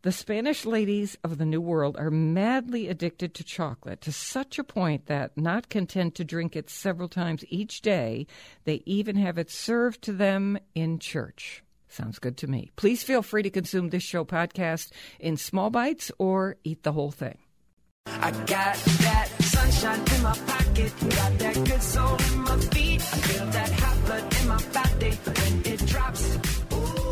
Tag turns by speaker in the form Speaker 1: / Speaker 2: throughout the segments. Speaker 1: The Spanish ladies of the New World are madly addicted to chocolate to such a point that, not content to drink it several times each day, they even have it served to them in church. Sounds good to me. Please feel free to consume this show podcast in small bites or eat the whole thing.
Speaker 2: I got that sunshine in my pocket, got that good soul in my feet. I feel that hot blood in my body when it drops.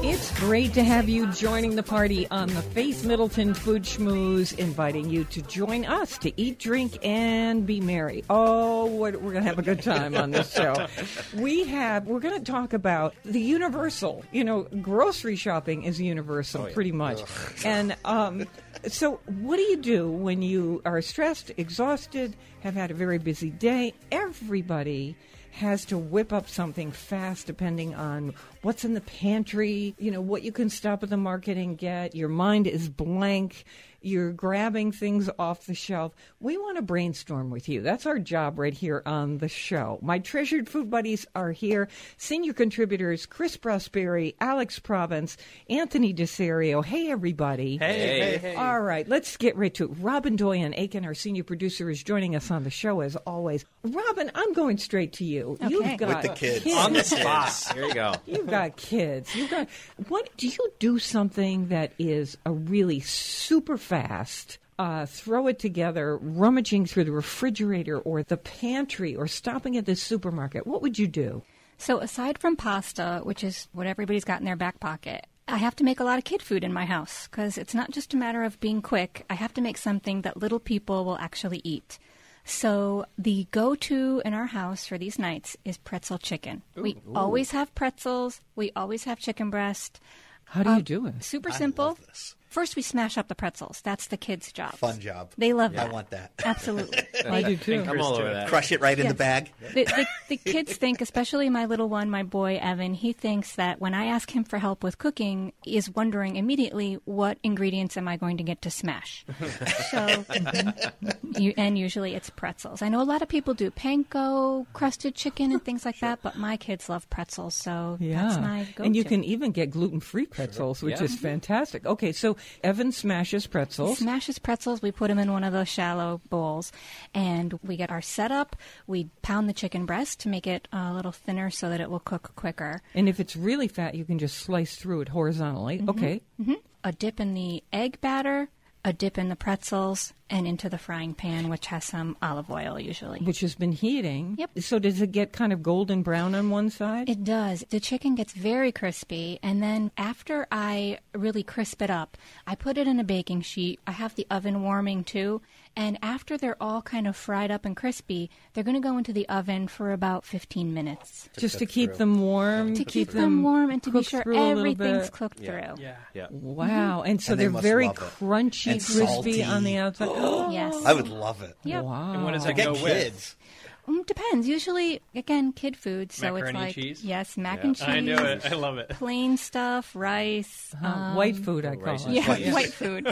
Speaker 1: It's great to have you joining the party on the Faith Middleton Food Schmooze, inviting you to join us to eat, drink, and be merry. Oh, what, we're going to have a good time on this show. We have, we're going to talk about the universal. You know, grocery shopping is universal, pretty much. And um, so, what do you do when you are stressed, exhausted, have had a very busy day? Everybody has to whip up something fast depending on what's in the pantry, you know, what you can stop at the market and get. Your mind is blank. You're grabbing things off the shelf. We want to brainstorm with you. That's our job right here on the show. My treasured food buddies are here. Senior contributors Chris Prosperi, Alex Province, Anthony Desario. Hey, everybody.
Speaker 3: Hey. Hey, hey.
Speaker 1: All right, let's get right to it. Robin Doyen Aiken, our senior producer, is joining us on the show as always. Robin, I'm going straight to you.
Speaker 4: Okay.
Speaker 1: You've got
Speaker 4: With the
Speaker 1: kids.
Speaker 3: on the spot. Here you go.
Speaker 1: You've got kids. You've got what? Do you do something that is a really super fast? Uh, throw it together, rummaging through the refrigerator or the pantry or stopping at the supermarket. What would you do?
Speaker 4: So aside from pasta, which is what everybody's got in their back pocket, I have to make a lot of kid food in my house because it's not just a matter of being quick. I have to make something that little people will actually eat. So the go-to in our house for these nights is pretzel chicken. we always have pretzels. We always have chicken breast.
Speaker 1: How do you do it?
Speaker 4: Super simple. First, we smash up the pretzels. That's the kids' job.
Speaker 5: Fun job.
Speaker 4: They love
Speaker 5: I
Speaker 4: that.
Speaker 5: want that.
Speaker 4: Absolutely.
Speaker 1: I do too.
Speaker 3: I'm all over that.
Speaker 5: Crush it right in the bag.
Speaker 4: the, the, the kids think, especially my little one, my boy Evan, he thinks that when I ask him for help with cooking, he is wondering immediately what ingredients am I going to get to smash. so, you, and usually it's pretzels. I know a lot of people do panko, crusted chicken, and things like that, but my kids love pretzels, so that's my go-to.
Speaker 1: and you can even get gluten-free pretzels, which
Speaker 3: Yeah.
Speaker 1: is fantastic. Okay, so Evan smashes
Speaker 4: He
Speaker 1: pretzels.
Speaker 4: smashes pretzels. We put them in one of those shallow bowls, and we get our setup. We pound the chicken breast to make it uh, a little thinner so that it will cook quicker.
Speaker 1: And if it's really fat, you can just slice through it horizontally.
Speaker 4: Mm-hmm.
Speaker 1: Okay.
Speaker 4: a dip in the egg batter, a dip in the pretzels, and into the frying pan, which has some olive oil usually.
Speaker 1: Which has been heating.
Speaker 4: Yep.
Speaker 1: So does it get kind of golden brown on one side?
Speaker 4: it does. The chicken gets very crispy, and then after I really crisp it up, I put it in a baking sheet. I have the oven warming too, and after they're all kind of fried up and crispy, they're going to go into the oven for about 15 minutes
Speaker 1: just to keep them warm,
Speaker 4: to keep them warm and to be
Speaker 1: cooked
Speaker 4: sure
Speaker 1: through a little
Speaker 4: everything's Mm-hmm.
Speaker 1: bit.
Speaker 4: cooked through.
Speaker 1: Wow, and so
Speaker 5: And they
Speaker 1: they're
Speaker 5: must
Speaker 1: very
Speaker 5: love it.
Speaker 1: crunchy,
Speaker 5: And
Speaker 1: crispy
Speaker 5: salty.
Speaker 1: on the outside. Oh,
Speaker 4: Yes.
Speaker 5: I would love it.
Speaker 4: Yep.
Speaker 1: Wow.
Speaker 3: And what does that
Speaker 5: Get
Speaker 3: go with?
Speaker 5: kids.
Speaker 4: Mm, depends. Usually, again, kid food. So
Speaker 3: Macaroni
Speaker 4: it's
Speaker 3: and
Speaker 4: like
Speaker 3: cheese?
Speaker 4: yes, mac and cheese.
Speaker 3: I knew it. I love it.
Speaker 4: Plain stuff, rice.
Speaker 1: Uh,
Speaker 4: um,
Speaker 1: white food, I call
Speaker 3: rice
Speaker 1: it.
Speaker 3: and
Speaker 4: Yeah,
Speaker 5: Rice.
Speaker 4: white food.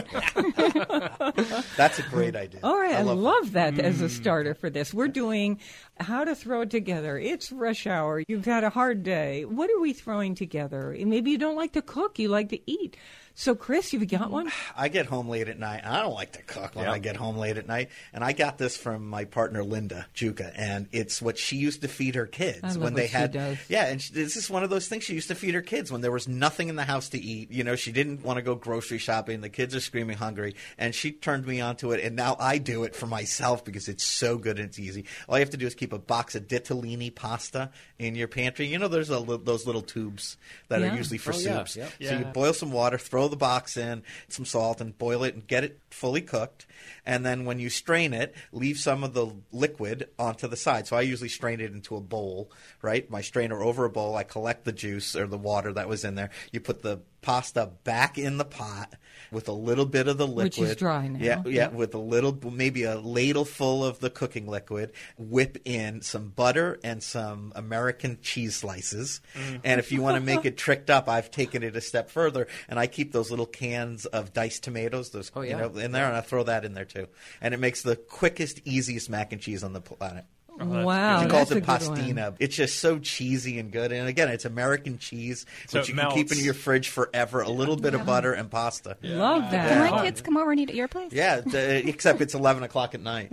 Speaker 5: That's a great idea.
Speaker 1: All right, I love,
Speaker 5: it. Mm.
Speaker 1: that as a starter for this. We're doing how to throw it together. It's rush hour. You've had a hard day. What are we throwing together? Maybe you don't like to cook, you like to eat. So, Chris, you've got one?
Speaker 5: I get home late at night. and I don't like to cook when
Speaker 3: Yeah.
Speaker 5: I get home late at night. And I got this from my partner Linda Juca, and it's what she used to feed her kids
Speaker 1: I love
Speaker 5: when
Speaker 1: what
Speaker 5: they
Speaker 1: she
Speaker 5: had.
Speaker 1: does.
Speaker 5: Yeah, and she, this is one of those things she used to feed her kids when there was nothing in the house to eat. You know, she didn't want to go grocery shopping. The kids are screaming hungry, and she turned me onto it. And now I do it for myself because it's so good and it's easy. All you have to do is keep a box of ditalini pasta in your pantry. You know, there's a, li- those little tubes that
Speaker 1: Yeah.
Speaker 5: are usually for
Speaker 3: Oh, yeah.
Speaker 5: soups.
Speaker 3: Yep.
Speaker 5: So you boil some water, throw the box in, some salt, and boil it and get it fully cooked. And then when you strain it, leave some of the liquid onto the side. So I usually strain it into a bowl, right? My strainer over a bowl. I collect the juice or the water that was in there. You put the pasta back in the pot with a little bit of the liquid,
Speaker 1: Which is dry now.
Speaker 5: Yeah, yeah, with a little, maybe a ladle full of the cooking liquid. Whip in some butter and some American cheese slices. And if you want to make it tricked up, I've taken it a step further, and I keep those little cans of diced tomatoes, those
Speaker 3: Oh,
Speaker 5: you
Speaker 3: yeah.
Speaker 5: know, in there, and I throw that in there too. And it makes the quickest, easiest mac and cheese on the planet.
Speaker 1: wow,
Speaker 5: She
Speaker 1: Oh, that's
Speaker 5: calls it
Speaker 1: a good one.
Speaker 5: pastina. It's just so cheesy and good. And again, it's American cheese,
Speaker 3: So
Speaker 5: which
Speaker 3: it
Speaker 5: you can keep
Speaker 3: melts.
Speaker 5: in your fridge forever. A little bit of butter and pasta. Yeah,
Speaker 1: Love that. Oh,
Speaker 4: Can my kids come over and eat at your place?
Speaker 5: d- except it's 11 o'clock at night.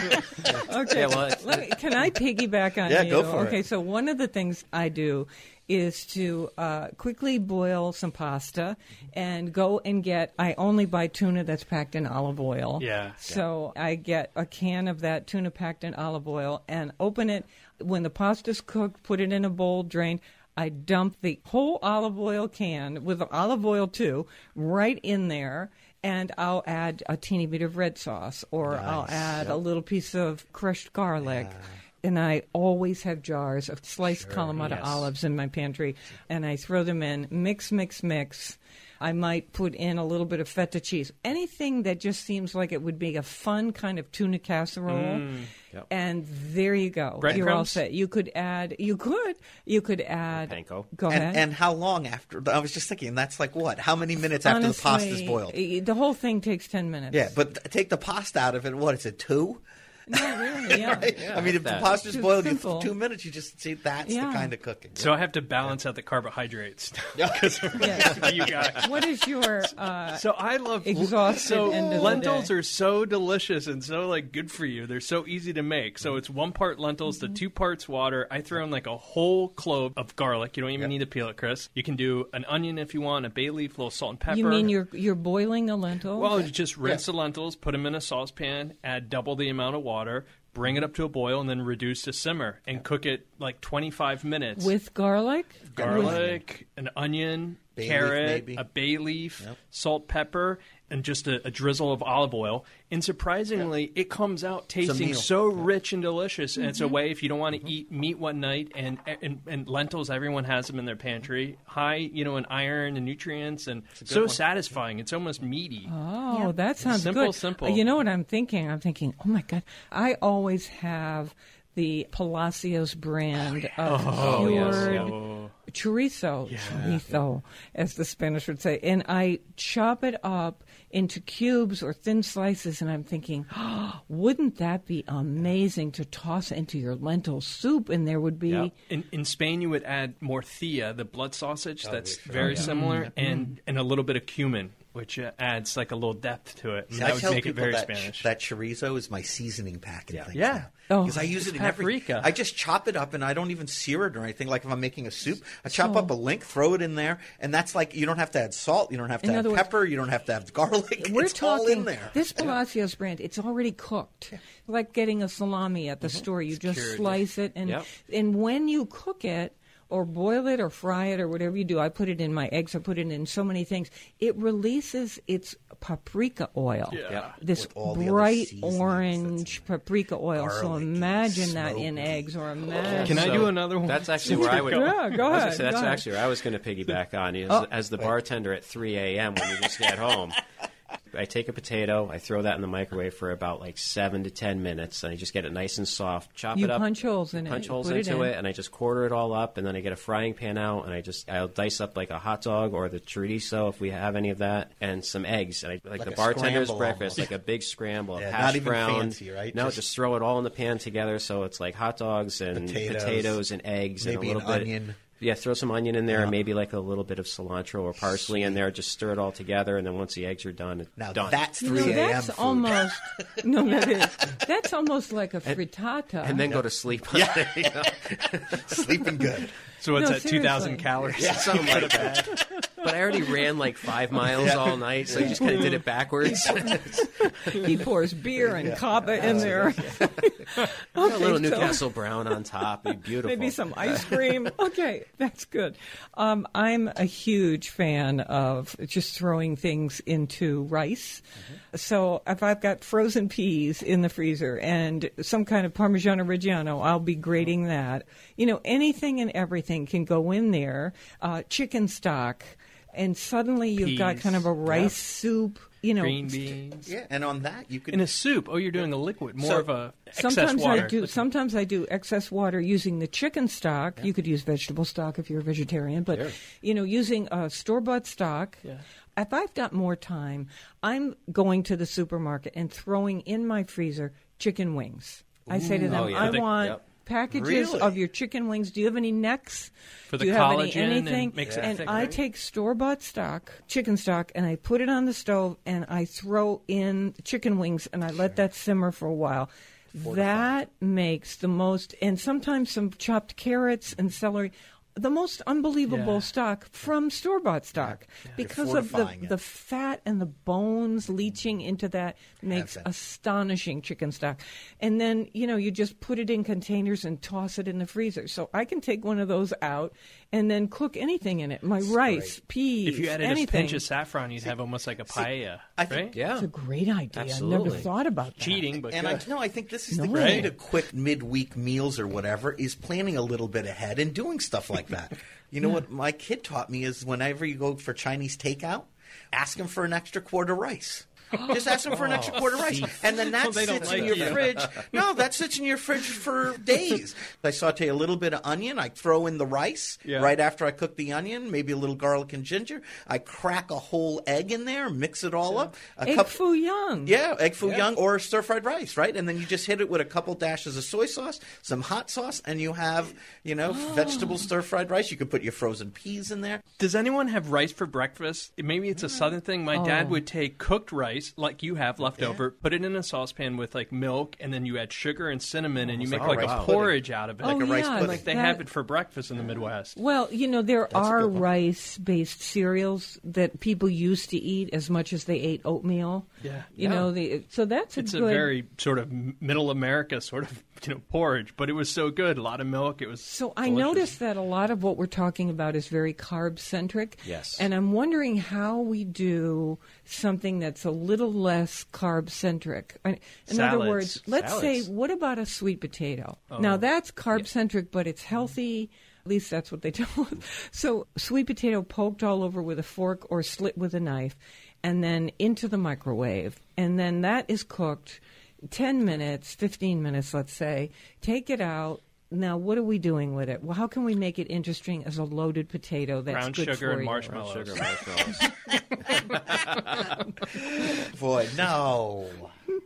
Speaker 1: Okay.
Speaker 3: Yeah, well,
Speaker 1: Let me, can I piggyback on
Speaker 5: Yeah,
Speaker 1: you?
Speaker 5: go for it.
Speaker 1: okay, so one of the things I do is to uh, quickly boil some pasta and go and get. I only buy tuna that's packed in olive oil.
Speaker 3: Yeah.
Speaker 1: So I get a can of that tuna packed in olive oil and open it when the pasta's cooked. Put it in a bowl, drain. I dump the whole olive oil can with the olive oil too right in there. And I'll add a teeny bit of red sauce, or I'll add a little piece of crushed garlic. And I always have jars of sliced Kalamata olives in my pantry, and I throw them in, mix, mix, mix. I might put in a little bit of feta cheese, anything that just seems like it would be a fun kind of tuna casserole. And there you go. You're all
Speaker 3: Breadcrumbs?
Speaker 1: set. You could add, you could, you could add.
Speaker 3: panko.
Speaker 1: Go ahead.
Speaker 5: and, and how long after? I was just thinking, that's like what? How many minutes after the pasta's
Speaker 1: Honestly, e-
Speaker 5: boiled?
Speaker 1: i- The whole thing takes 10 minutes.
Speaker 5: Yeah, but th- take the pasta out of it. What is it? Two?
Speaker 1: No, really, Oh, yeah.
Speaker 5: I mean, if
Speaker 3: that.
Speaker 5: the pasta's
Speaker 1: Too
Speaker 5: boiled in
Speaker 1: simple.
Speaker 5: two minutes, you just see that's
Speaker 1: Yeah.
Speaker 5: the kind of cooking.
Speaker 6: So I have to balance out the carbohydrates. 'Cause
Speaker 1: Yes.
Speaker 6: you guys.
Speaker 1: What is your uh,
Speaker 6: So I love
Speaker 1: Exhausted
Speaker 6: So
Speaker 1: end of the
Speaker 6: lentils
Speaker 1: day.
Speaker 6: are so delicious and so like good for you. They're so easy to make.
Speaker 3: Mm-hmm.
Speaker 6: So it's one part lentils
Speaker 1: Mm-hmm.
Speaker 6: to two parts water. I throw in like a whole clove of garlic. You don't even need to peel it, Chris. You can do an onion if you want, a bay leaf, a little salt and pepper.
Speaker 1: You mean you're you're boiling the lentils?
Speaker 6: Well, you just rinse the lentils, put them in a saucepan, add double the amount of water, bring it up to a boil, and then reduce to simmer and cook it like 25 minutes
Speaker 1: with garlic?
Speaker 6: garlic, an onion,
Speaker 5: Bay leaf,
Speaker 6: carrot,
Speaker 5: maybe.
Speaker 6: a bay leaf, salt, pepper, and just a, a drizzle of olive oil. And surprisingly, it comes out tasting
Speaker 5: meal. Mm-hmm.
Speaker 6: so rich and delicious. And it's a way if you don't want to eat meat one night and, and and lentils, everyone has them in their pantry. High, you know, in iron and nutrients, and so satisfying. It's almost meaty.
Speaker 1: Oh, that sounds
Speaker 6: Simple,
Speaker 1: good.
Speaker 6: simple.
Speaker 1: You know what I'm thinking? I'm thinking, oh my god, I always have the Palacios brand of
Speaker 6: Oh,
Speaker 1: cured chorizo, chorizo, as the Spanish would say, and I chop it up into cubes or thin slices, and I'm thinking, oh, wouldn't that be amazing to toss into your lentil soup? And there would be.
Speaker 6: In, in Spain, you would add morcilla, the blood sausage,
Speaker 5: Oh,
Speaker 6: that's very similar,
Speaker 5: Mm-hmm.
Speaker 6: and, and a little bit of cumin, which uh, adds like a little depth to it. And
Speaker 5: I
Speaker 6: that
Speaker 5: tell
Speaker 6: would make it
Speaker 5: people
Speaker 6: very
Speaker 5: that,
Speaker 6: Spanish.
Speaker 5: That chorizo is my seasoning pack and things.
Speaker 6: Yeah.
Speaker 1: Oh,
Speaker 5: Because I use it in
Speaker 6: paprika.
Speaker 5: every. I just chop it up and I don't even sear it or anything. Like if I'm making a soup, I chop up a link, throw it in there, and that's like you don't have to add salt, you don't have to
Speaker 1: In
Speaker 5: add
Speaker 1: other words-
Speaker 5: pepper, you don't have to add garlic.
Speaker 1: We're
Speaker 5: it's
Speaker 1: talking
Speaker 5: all in there.
Speaker 1: this Palacios brand. It's already cooked, like getting a salami at the
Speaker 5: Mm-hmm.
Speaker 1: store. You just slice it, and
Speaker 3: Yep.
Speaker 1: and when you cook it. Or boil it or fry it or whatever you do. I put it in my eggs. I put it in so many things. It releases its paprika oil.
Speaker 3: Yeah.
Speaker 1: This
Speaker 5: With all the other
Speaker 1: bright
Speaker 5: seasonings that's
Speaker 1: orange paprika oil. so
Speaker 5: Garlic and
Speaker 1: imagine that in
Speaker 5: smoky.
Speaker 1: eggs or imagine.
Speaker 6: Can I
Speaker 3: So
Speaker 6: do another one?
Speaker 3: That's actually where I would.
Speaker 1: Yeah, go
Speaker 3: I was gonna
Speaker 1: ahead,
Speaker 3: say, that's
Speaker 1: go ahead. Oh.
Speaker 3: actually where I was going to piggyback on is, as the bartender at 3 a.m. when you just get home. I take a potato, I throw that in the microwave for about like seven to ten minutes, and I just get it nice and soft. Chop
Speaker 1: You
Speaker 3: it up,
Speaker 1: punch holes in it,
Speaker 3: punch
Speaker 1: you
Speaker 3: holes
Speaker 1: put it
Speaker 3: into
Speaker 1: in.
Speaker 3: it, and I just quarter it all up, and then I get a frying pan out, and I just I'll dice up like a hot dog or the chorizo if we have any of that, and some eggs, and I, like, the
Speaker 5: a
Speaker 3: bartender's
Speaker 5: scramble
Speaker 3: breakfast,
Speaker 5: almost.
Speaker 3: like a big scramble of
Speaker 5: Yeah,
Speaker 3: hash
Speaker 5: not even
Speaker 3: brown.
Speaker 5: fancy, right?
Speaker 3: No,
Speaker 5: Just-
Speaker 3: just, throw it all in the pan together, so it's like hot dogs and
Speaker 5: Potatoes.
Speaker 3: potatoes and eggs
Speaker 5: Maybe
Speaker 3: and a
Speaker 5: an
Speaker 3: little bit
Speaker 5: onion.
Speaker 3: Yeah, throw some onion in there, and maybe like a little bit of cilantro or parsley in there. Just stir it all together, and then once the eggs are done, it's
Speaker 5: now
Speaker 3: done.
Speaker 5: that's
Speaker 1: You
Speaker 5: three
Speaker 1: know,
Speaker 5: a.m.
Speaker 1: that's
Speaker 5: food.
Speaker 1: almost no, that is that's almost like a frittata.
Speaker 3: and then go to sleep. Yeah,
Speaker 5: sleeping good.
Speaker 6: so it's
Speaker 1: No,
Speaker 6: at 2,000
Speaker 1: seriously.
Speaker 6: calories.
Speaker 3: something like that. But I already ran like five miles all night, so you just kind of did it backwards.
Speaker 1: he pours beer and cava in there.
Speaker 3: a little
Speaker 1: so-
Speaker 3: Newcastle brown on top, be beautiful.
Speaker 1: Maybe some ice cream. Okay, that's good. Um, I'm a huge fan of just throwing things into rice. So if I've got frozen peas in the freezer and some kind of Parmigiano Reggiano, I'll be grating that. You know, anything and everything can go in there. Uh, chicken stock. and suddenly you've got
Speaker 6: Peas.
Speaker 1: kind of a rice soup. You know,
Speaker 6: green beans.
Speaker 5: Yeah, and on that you could
Speaker 6: In a soup. Oh, you're doing a liquid, more
Speaker 5: So-
Speaker 6: of a excess
Speaker 1: Sometimes
Speaker 6: water.
Speaker 1: I do. Sometimes I do excess water using the chicken stock. You could use vegetable stock if you're a vegetarian, but you know, using uh, store bought stock. If I've got more time, I'm going to the supermarket and throwing in my freezer chicken wings. I say to them,
Speaker 3: Oh, yeah.
Speaker 1: I
Speaker 3: They-
Speaker 1: want.
Speaker 3: yep.
Speaker 1: Packages
Speaker 5: Really?
Speaker 1: of your chicken wings. Do you have any necks?
Speaker 6: For the
Speaker 1: Do you have any
Speaker 6: collagen and
Speaker 1: anything?
Speaker 6: makes it thick,
Speaker 1: I
Speaker 6: right?
Speaker 1: take store bought stock, chicken stock, and I put it on the stove and I throw in chicken wings and I let that simmer for a while. That makes the most, and sometimes some chopped carrots and celery, the most unbelievable
Speaker 6: Yeah.
Speaker 1: stock from store bought stock because of the,
Speaker 5: fortifying it.
Speaker 1: the fat and the bones leaching into that makes
Speaker 5: Absent.
Speaker 1: astonishing chicken stock. And then, you know, you just put it in containers and toss it in the freezer. So I can take one of those out and then cook anything in it. My rice, peas,
Speaker 6: If you added
Speaker 1: anything.
Speaker 6: a pinch of saffron, you'd have almost like a paella,
Speaker 5: I think-
Speaker 6: right?
Speaker 3: Yeah.
Speaker 1: That's a great idea. I never
Speaker 3: Absolutely.
Speaker 1: thought about that.
Speaker 6: Cheating, but
Speaker 5: and
Speaker 6: good.
Speaker 5: I, no, I think this is the
Speaker 1: No.
Speaker 5: key
Speaker 6: Right.
Speaker 5: to quick midweek meals or whatever is planning a little bit ahead and doing stuff like that. you know what my kid taught me is whenever you go for Chinese takeout, ask him for an extra quarter rice. Just ask him for an extra quarter rice, and then that
Speaker 6: Oh, Well, they don't
Speaker 5: sits in
Speaker 6: like
Speaker 5: your
Speaker 6: you.
Speaker 5: fridge. No, that sits in your fridge for days. I saute a little bit of onion. I throw in the rice
Speaker 6: Yeah.
Speaker 5: right after I cook the onion, maybe a little garlic and ginger. I crack a whole egg in there, mix it all up. A
Speaker 1: Egg
Speaker 5: cup-
Speaker 1: foo young.
Speaker 5: yeah, egg foo young or stir fried rice, right? And then you just hit it with a couple dashes of soy sauce, some hot sauce, and you have, you know, vegetable stir fried rice. You could put your frozen peas in there.
Speaker 6: Does anyone have rice for breakfast? Maybe it's a southern thing. My
Speaker 5: Oh.
Speaker 6: dad would take cooked rice, like you have left over, put it in a saucepan with like milk, and then you add sugar and cinnamon, and you make like
Speaker 5: rice
Speaker 6: a
Speaker 5: pudding.
Speaker 6: porridge out of it.
Speaker 5: Like a
Speaker 1: Oh,
Speaker 5: rice
Speaker 1: yeah,
Speaker 5: pudding.
Speaker 6: Like they
Speaker 1: that-
Speaker 6: have it for breakfast in the Midwest.
Speaker 1: Well, you know, there are rice based cereals that people used to eat as much as they ate oatmeal.
Speaker 6: Yeah.
Speaker 1: You know, the, so that's a
Speaker 6: It's a
Speaker 1: good.
Speaker 6: very sort of middle America sort of you know porridge, but it was so good. A lot of milk. It was
Speaker 1: So I
Speaker 6: delicious.
Speaker 1: noticed that a lot of what we're talking about is very carb centric.
Speaker 3: Yes.
Speaker 1: And I'm wondering how we do something that's a little less carb centric. In in other
Speaker 6: Salads.
Speaker 1: words, let's
Speaker 3: Salads.
Speaker 1: say, what about a sweet potato?
Speaker 6: Oh.
Speaker 1: Now that's carb centric, but it's healthy. At least that's what they tell us. So sweet potato poked all over with a fork or slit with a knife, and then into the microwave, and then that is cooked. 10 minutes, 15 minutes, let's say, take it out. Now, what are we doing with it? Well, how can we make it interesting as a loaded potato that's
Speaker 6: brown
Speaker 1: good
Speaker 6: sugar
Speaker 1: for
Speaker 6: and
Speaker 1: you?
Speaker 6: marshmallows.
Speaker 3: Sugar marshmallows.
Speaker 5: Boy, no.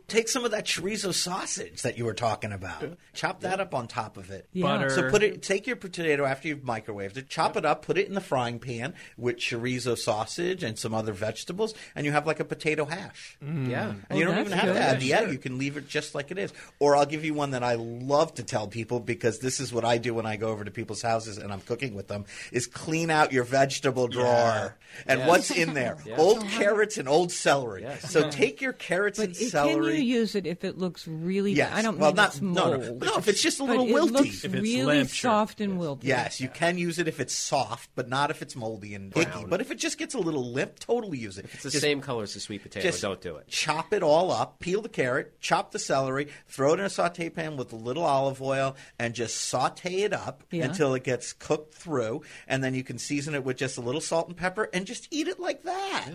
Speaker 5: Take some of that chorizo sausage that you were talking about. Chop that up on top of it.
Speaker 1: Yeah.
Speaker 6: Butter.
Speaker 5: So put it. Take your potato after you've microwaved it. Chop it up. Put it in the frying pan with chorizo sausage and some other vegetables, and you have like a potato hash.
Speaker 3: yeah.
Speaker 5: And you
Speaker 1: Oh,
Speaker 5: don't
Speaker 1: that's
Speaker 5: even have
Speaker 1: good.
Speaker 5: to add the egg. You can leave it just like it is. Or I'll give you one that I love to tell people because this is what I do when I go over to people's houses and I'm cooking with them is clean out your vegetable drawer and what's in there. Old carrots and old celery. So take your carrots
Speaker 1: But
Speaker 5: and
Speaker 1: it- can
Speaker 5: celery.
Speaker 1: you use it if it looks really?
Speaker 5: yes.
Speaker 1: I don't
Speaker 5: well,
Speaker 1: mean
Speaker 5: not,
Speaker 1: it's
Speaker 5: no,
Speaker 1: mold.
Speaker 5: no, no. If it's just a
Speaker 1: but
Speaker 5: little
Speaker 1: it
Speaker 5: wilty.
Speaker 1: looks
Speaker 6: If it's
Speaker 1: really
Speaker 6: limp, sure.
Speaker 1: soft and wilty.
Speaker 5: Yes, you can use it if it's soft, but not if it's moldy and icky. But if it just gets a little limp, totally use it.
Speaker 3: It's the
Speaker 5: Just
Speaker 3: same color as the sweet potato.
Speaker 5: just
Speaker 3: Don't do it.
Speaker 5: Chop it all up, peel the carrot, chop the celery, throw it in a saute pan with a little olive oil, and just saute it up
Speaker 1: Yeah.
Speaker 5: until it gets cooked through. And then you can season it with just a little salt and pepper and just eat it like that.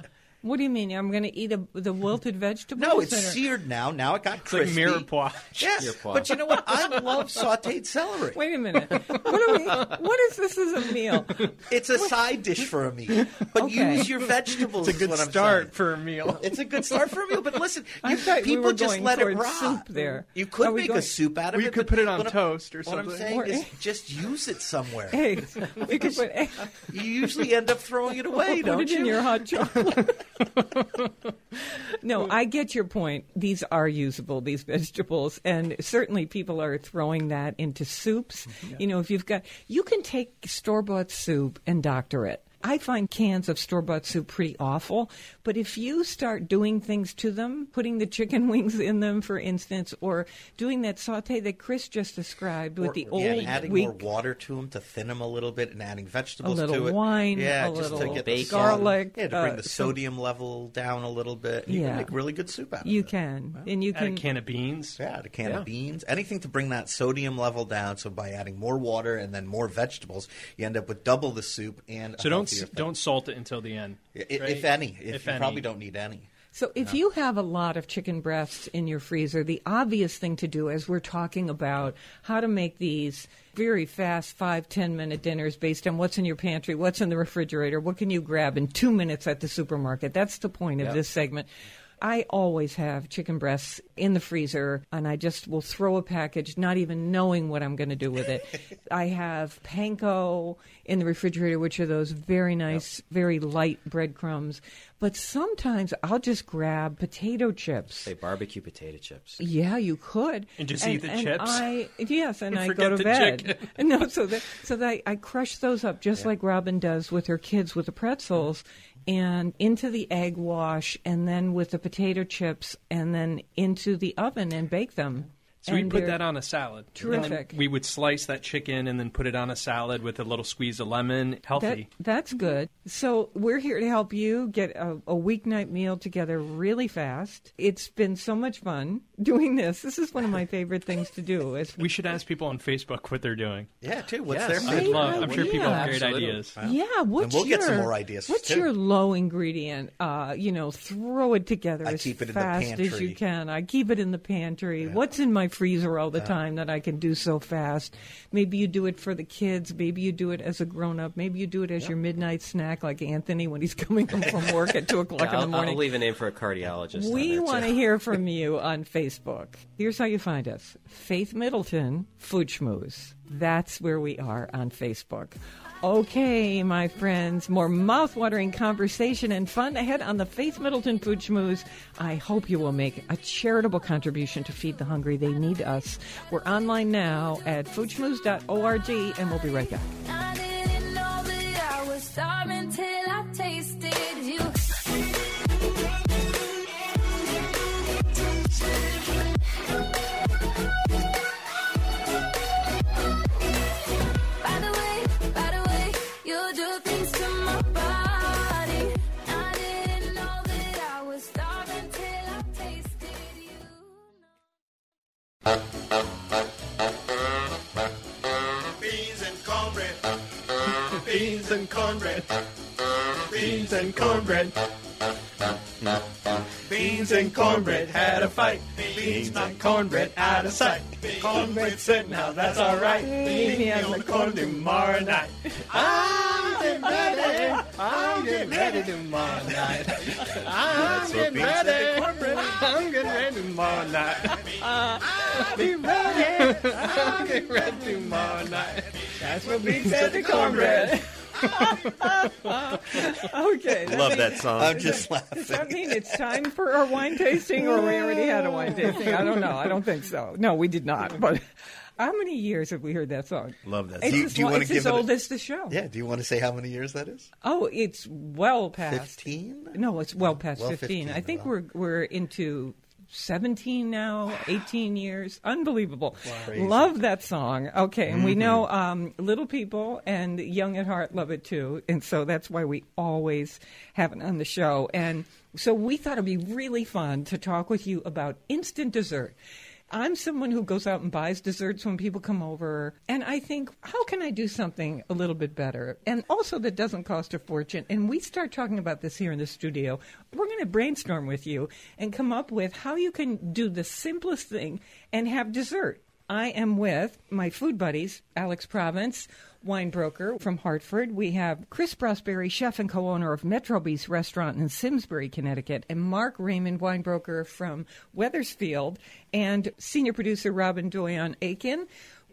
Speaker 1: What do you mean? I'm going to eat a, the wilted vegetable?
Speaker 5: No, it's
Speaker 1: that are-
Speaker 5: seared now. Now it got
Speaker 6: It's like
Speaker 5: crispy.
Speaker 6: mirepoix.
Speaker 5: Yes,
Speaker 3: Mirepoix.
Speaker 5: but you know what? I love sauteed celery.
Speaker 1: Wait a minute. What are we? What is this as a meal?
Speaker 5: It's a side dish for a meal, but
Speaker 1: Okay.
Speaker 5: use your vegetables.
Speaker 6: It's a
Speaker 5: is
Speaker 6: good
Speaker 5: what I'm
Speaker 6: start
Speaker 5: saying.
Speaker 6: for a meal.
Speaker 5: It's a good start for a meal, but listen,
Speaker 1: I
Speaker 5: you,
Speaker 1: thought we
Speaker 5: people
Speaker 1: were
Speaker 5: just
Speaker 1: going
Speaker 5: let it
Speaker 1: towards
Speaker 5: rot.
Speaker 1: soup there.
Speaker 5: You could
Speaker 1: Are we
Speaker 5: make
Speaker 1: going-
Speaker 5: a soup out of
Speaker 6: Or
Speaker 5: it.
Speaker 6: you could
Speaker 5: but
Speaker 6: put it on
Speaker 5: what I'm-
Speaker 6: toast or
Speaker 5: What I'm
Speaker 6: something.
Speaker 5: saying
Speaker 1: Or
Speaker 5: is
Speaker 1: egg.
Speaker 5: just use it somewhere.
Speaker 1: Eggs. We could put eggs.
Speaker 5: You usually end up throwing it away,
Speaker 1: Put
Speaker 5: don't
Speaker 1: it
Speaker 5: you?
Speaker 1: in your hot chocolate. no, I get your point. These are usable, these vegetables, and certainly people are throwing that into soups. You know, if you've got, you can take store bought soup and doctor it. I find cans of store bought soup pretty awful, but if you start doing things to them, putting the chicken wings in them, for instance, or doing that saute that Chris just described with
Speaker 5: Or-
Speaker 1: the old
Speaker 5: yeah, and adding
Speaker 1: weak
Speaker 5: more water to them to thin them a little bit, and adding
Speaker 1: a
Speaker 5: vegetables
Speaker 1: little
Speaker 5: to it.
Speaker 1: wine,
Speaker 5: yeah,
Speaker 1: a
Speaker 5: just
Speaker 1: little
Speaker 5: to get the
Speaker 3: bacon.
Speaker 5: salt.
Speaker 1: garlic,
Speaker 5: Yeah, to bring
Speaker 1: uh,
Speaker 5: the
Speaker 1: some-
Speaker 5: sodium level down a little bit. You
Speaker 1: Yeah.
Speaker 5: can make really good soup out of
Speaker 1: You
Speaker 5: it.
Speaker 1: can, and you
Speaker 6: Add a
Speaker 1: can.
Speaker 6: can of beans.
Speaker 5: Yeah, add a can
Speaker 3: Yeah.
Speaker 5: of beans, anything to bring that sodium level down. So by adding more water and then more vegetables, you end up with double the soup and.
Speaker 6: So don't don't
Speaker 5: to your
Speaker 6: don't salt it until the end.
Speaker 5: I- If,
Speaker 6: right?
Speaker 5: any, if,
Speaker 6: If
Speaker 5: you
Speaker 6: any.
Speaker 5: probably don't need any.
Speaker 1: So, if you have a lot of chicken breasts in your freezer, the obvious thing to do, as we're talking about how to make these very fast five, ten minute dinners based on what's in your pantry, what's in the refrigerator, what can you grab in two minutes at the supermarket, that's the point of this segment. I always have chicken breasts in the freezer, and I just will throw a package, not even knowing what I'm going to do with it. I have panko in the refrigerator, which are those very nice, very light breadcrumbs. But sometimes I'll just grab potato chips.
Speaker 3: Say barbecue potato chips.
Speaker 1: Yeah, you could.
Speaker 6: And just eat the chips?
Speaker 1: I, yes, and I go
Speaker 6: forget
Speaker 1: to
Speaker 6: the
Speaker 1: bed. no, so that, so that I crush those up just like Robin does with her kids with the pretzels, and into the egg wash, and then with the potato chips, and then into the oven and bake them.
Speaker 6: So we
Speaker 1: And
Speaker 6: put
Speaker 1: they're-
Speaker 6: that on a salad. And then
Speaker 1: Terrific.
Speaker 6: we would slice that chicken and then put it on a salad with a little squeeze of lemon.
Speaker 1: That,
Speaker 6: Healthy.
Speaker 1: that's good. So we're here to help you get a, a weeknight meal together really fast. It's been so much fun doing this. This is one of my favorite things to do. Is
Speaker 6: we should ask people on Facebook what they're doing.
Speaker 5: Yeah, too. What's
Speaker 3: Yes,
Speaker 5: their
Speaker 3: I'd
Speaker 5: favorite?
Speaker 6: Love. I'm sure people have great
Speaker 3: Absolutely.
Speaker 6: ideas.
Speaker 1: Yeah, what's
Speaker 5: we'll
Speaker 1: your,
Speaker 5: get some more ideas,
Speaker 1: What's
Speaker 5: too.
Speaker 1: your low ingredient? Uh, you know, throw it together
Speaker 5: I
Speaker 1: as
Speaker 5: keep it in the
Speaker 1: fast as
Speaker 5: pantry.
Speaker 1: you can. I keep it in the pantry. What's in my freezer all the time that I can do so fast? Maybe you do it for the kids. Maybe you do it as a grown up. Maybe you do it as your midnight snack, like Anthony when he's coming home from work at two o'clock
Speaker 3: Yeah,
Speaker 1: in the
Speaker 3: I'll, I'll
Speaker 1: morning.
Speaker 3: leave a name for a cardiologist. on
Speaker 1: We
Speaker 3: there,
Speaker 1: want to
Speaker 3: too.
Speaker 1: hear from you on Facebook. Here's how you find us Faith Middleton, Food Schmooze. That's where we are on Facebook. Okay, my friends, more mouth-watering conversation and fun ahead on the Faith Middleton Food Schmooze. I hope you will make a charitable contribution to feed the hungry. They need us. We're online now at foodschmooze.org, and we'll be right back.
Speaker 7: I didn't know that I was starving till I tasted you. By the way, by the way, you do things to my body. I didn't know that I was starving till I tasted you.
Speaker 8: Beans and cornbread. Beans and cornbread. Beans and cornbread. Beans and cornbread had a fight. Beans knocked cornbread out of sight. Cornbread said, now that's alright. Leave me on the corn tomorrow night. I'm getting ready. I'm getting ready tomorrow night. I'm getting ready. I'm getting ready tomorrow night. I'll be ready. I'll get ready tomorrow night. That's what beans and the cornbread.
Speaker 1: Okay. that
Speaker 9: Love
Speaker 1: means-
Speaker 9: that song.
Speaker 5: I'm just
Speaker 1: Does that
Speaker 5: laughing.
Speaker 1: mean it's time for our wine tasting, or we already had a wine tasting? I don't know. I don't think so. No, we did not. But how many years have we heard that song?
Speaker 9: Love that
Speaker 1: It's,
Speaker 9: song.
Speaker 5: you-
Speaker 1: as,
Speaker 5: do you
Speaker 1: lo-
Speaker 5: wanna
Speaker 1: it's
Speaker 5: give
Speaker 1: as
Speaker 5: it a-
Speaker 1: old as the show.
Speaker 5: Yeah, do you want to say how many years that is?
Speaker 1: Oh, it's well past.
Speaker 5: 15?
Speaker 1: No, it's well past
Speaker 5: Well,
Speaker 1: 15.
Speaker 5: 15,
Speaker 1: I think
Speaker 5: well.
Speaker 1: we're we're into 17 now, 18 years. Unbelievable. Love that song. Okay, and we
Speaker 5: Mm-hmm.
Speaker 1: know um, little people and young at heart love it too. And so that's why we always have it on the show. And so we thought it'd be really fun to talk with you about instant dessert. I'm someone who goes out and buys desserts when people come over, and I think, how can I do something a little bit better? And also, that doesn't cost a fortune. And we start talking about this here in the studio. We're going to brainstorm with you and come up with how you can do the simplest thing and have dessert. I am with my food buddies, Alex Province, wine broker from Hartford. We have Chris Brosberry, chef and co owner of Metro Beast Restaurant in Simsbury, Connecticut, and Mark Raymond, wine broker from Weathersfield, and senior producer Robin Doyon Aiken.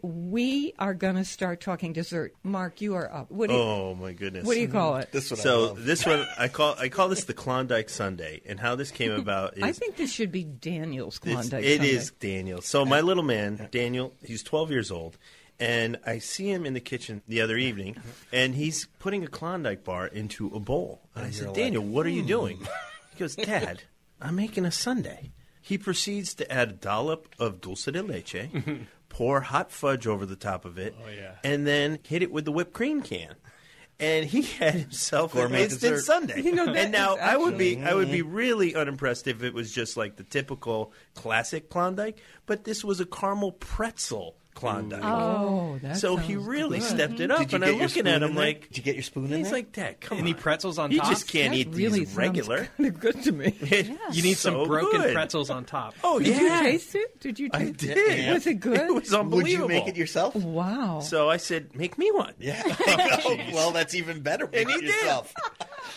Speaker 1: We are going to start talking dessert. Mark, you are up. What do you,
Speaker 9: Oh my goodness.
Speaker 1: what do you call it?
Speaker 5: This one I
Speaker 9: So
Speaker 5: love.
Speaker 9: this one I call I call this the Klondike Sunday, and how this came about is
Speaker 1: I think this should be Daniel's
Speaker 9: It's-
Speaker 1: Klondike.
Speaker 9: It
Speaker 1: Sunday.
Speaker 9: is Daniel. So my little man, Daniel, he's 12 years old, and I see him in the kitchen the other evening, and he's putting a Klondike bar into a bowl. And I said, Daniel, what are you doing? He goes, Dad, I'm making a sundae. He proceeds to add a dollop of dulce de leche, pour hot fudge over the top of it,
Speaker 6: yeah.
Speaker 9: and then hit it with the whipped cream can. And he had himself an
Speaker 5: Gourmet
Speaker 9: instant
Speaker 5: dessert.
Speaker 9: sundae.
Speaker 1: You know, that
Speaker 9: and now
Speaker 1: is
Speaker 9: I would be I would be
Speaker 5: Mm-hmm.
Speaker 9: really unimpressed if it was just like the typical classic Klondike, but this was a caramel pretzel Klondike.
Speaker 1: Oh, that
Speaker 9: so he
Speaker 1: sounds
Speaker 9: really
Speaker 1: good.
Speaker 9: stepped it up,
Speaker 5: Did you
Speaker 9: and
Speaker 5: get your
Speaker 9: I'm looking
Speaker 5: spoon
Speaker 9: at
Speaker 5: in
Speaker 9: him
Speaker 5: there?
Speaker 9: like,
Speaker 5: Did you get your spoon in
Speaker 9: he's
Speaker 5: there?
Speaker 9: like, Dad, come
Speaker 6: Any
Speaker 9: on.
Speaker 6: pretzels on
Speaker 9: you
Speaker 6: top?
Speaker 9: just can't
Speaker 1: That
Speaker 9: eat
Speaker 1: really
Speaker 9: these
Speaker 1: sounds
Speaker 9: regular.
Speaker 1: kinda good to me.
Speaker 6: You need some
Speaker 9: So
Speaker 6: broken
Speaker 9: good.
Speaker 6: pretzels on top.
Speaker 9: Oh
Speaker 1: Did
Speaker 9: yeah,
Speaker 1: you taste it? Did you?
Speaker 9: I
Speaker 1: taste
Speaker 9: did.
Speaker 1: It? Was it good?
Speaker 9: It was
Speaker 5: Would you
Speaker 9: unbelievable.
Speaker 5: make it yourself?
Speaker 1: wow.
Speaker 9: So I said, make me one.
Speaker 5: Yeah. Oh, well, that's even better. Make
Speaker 9: he
Speaker 5: it
Speaker 9: did.
Speaker 5: yourself.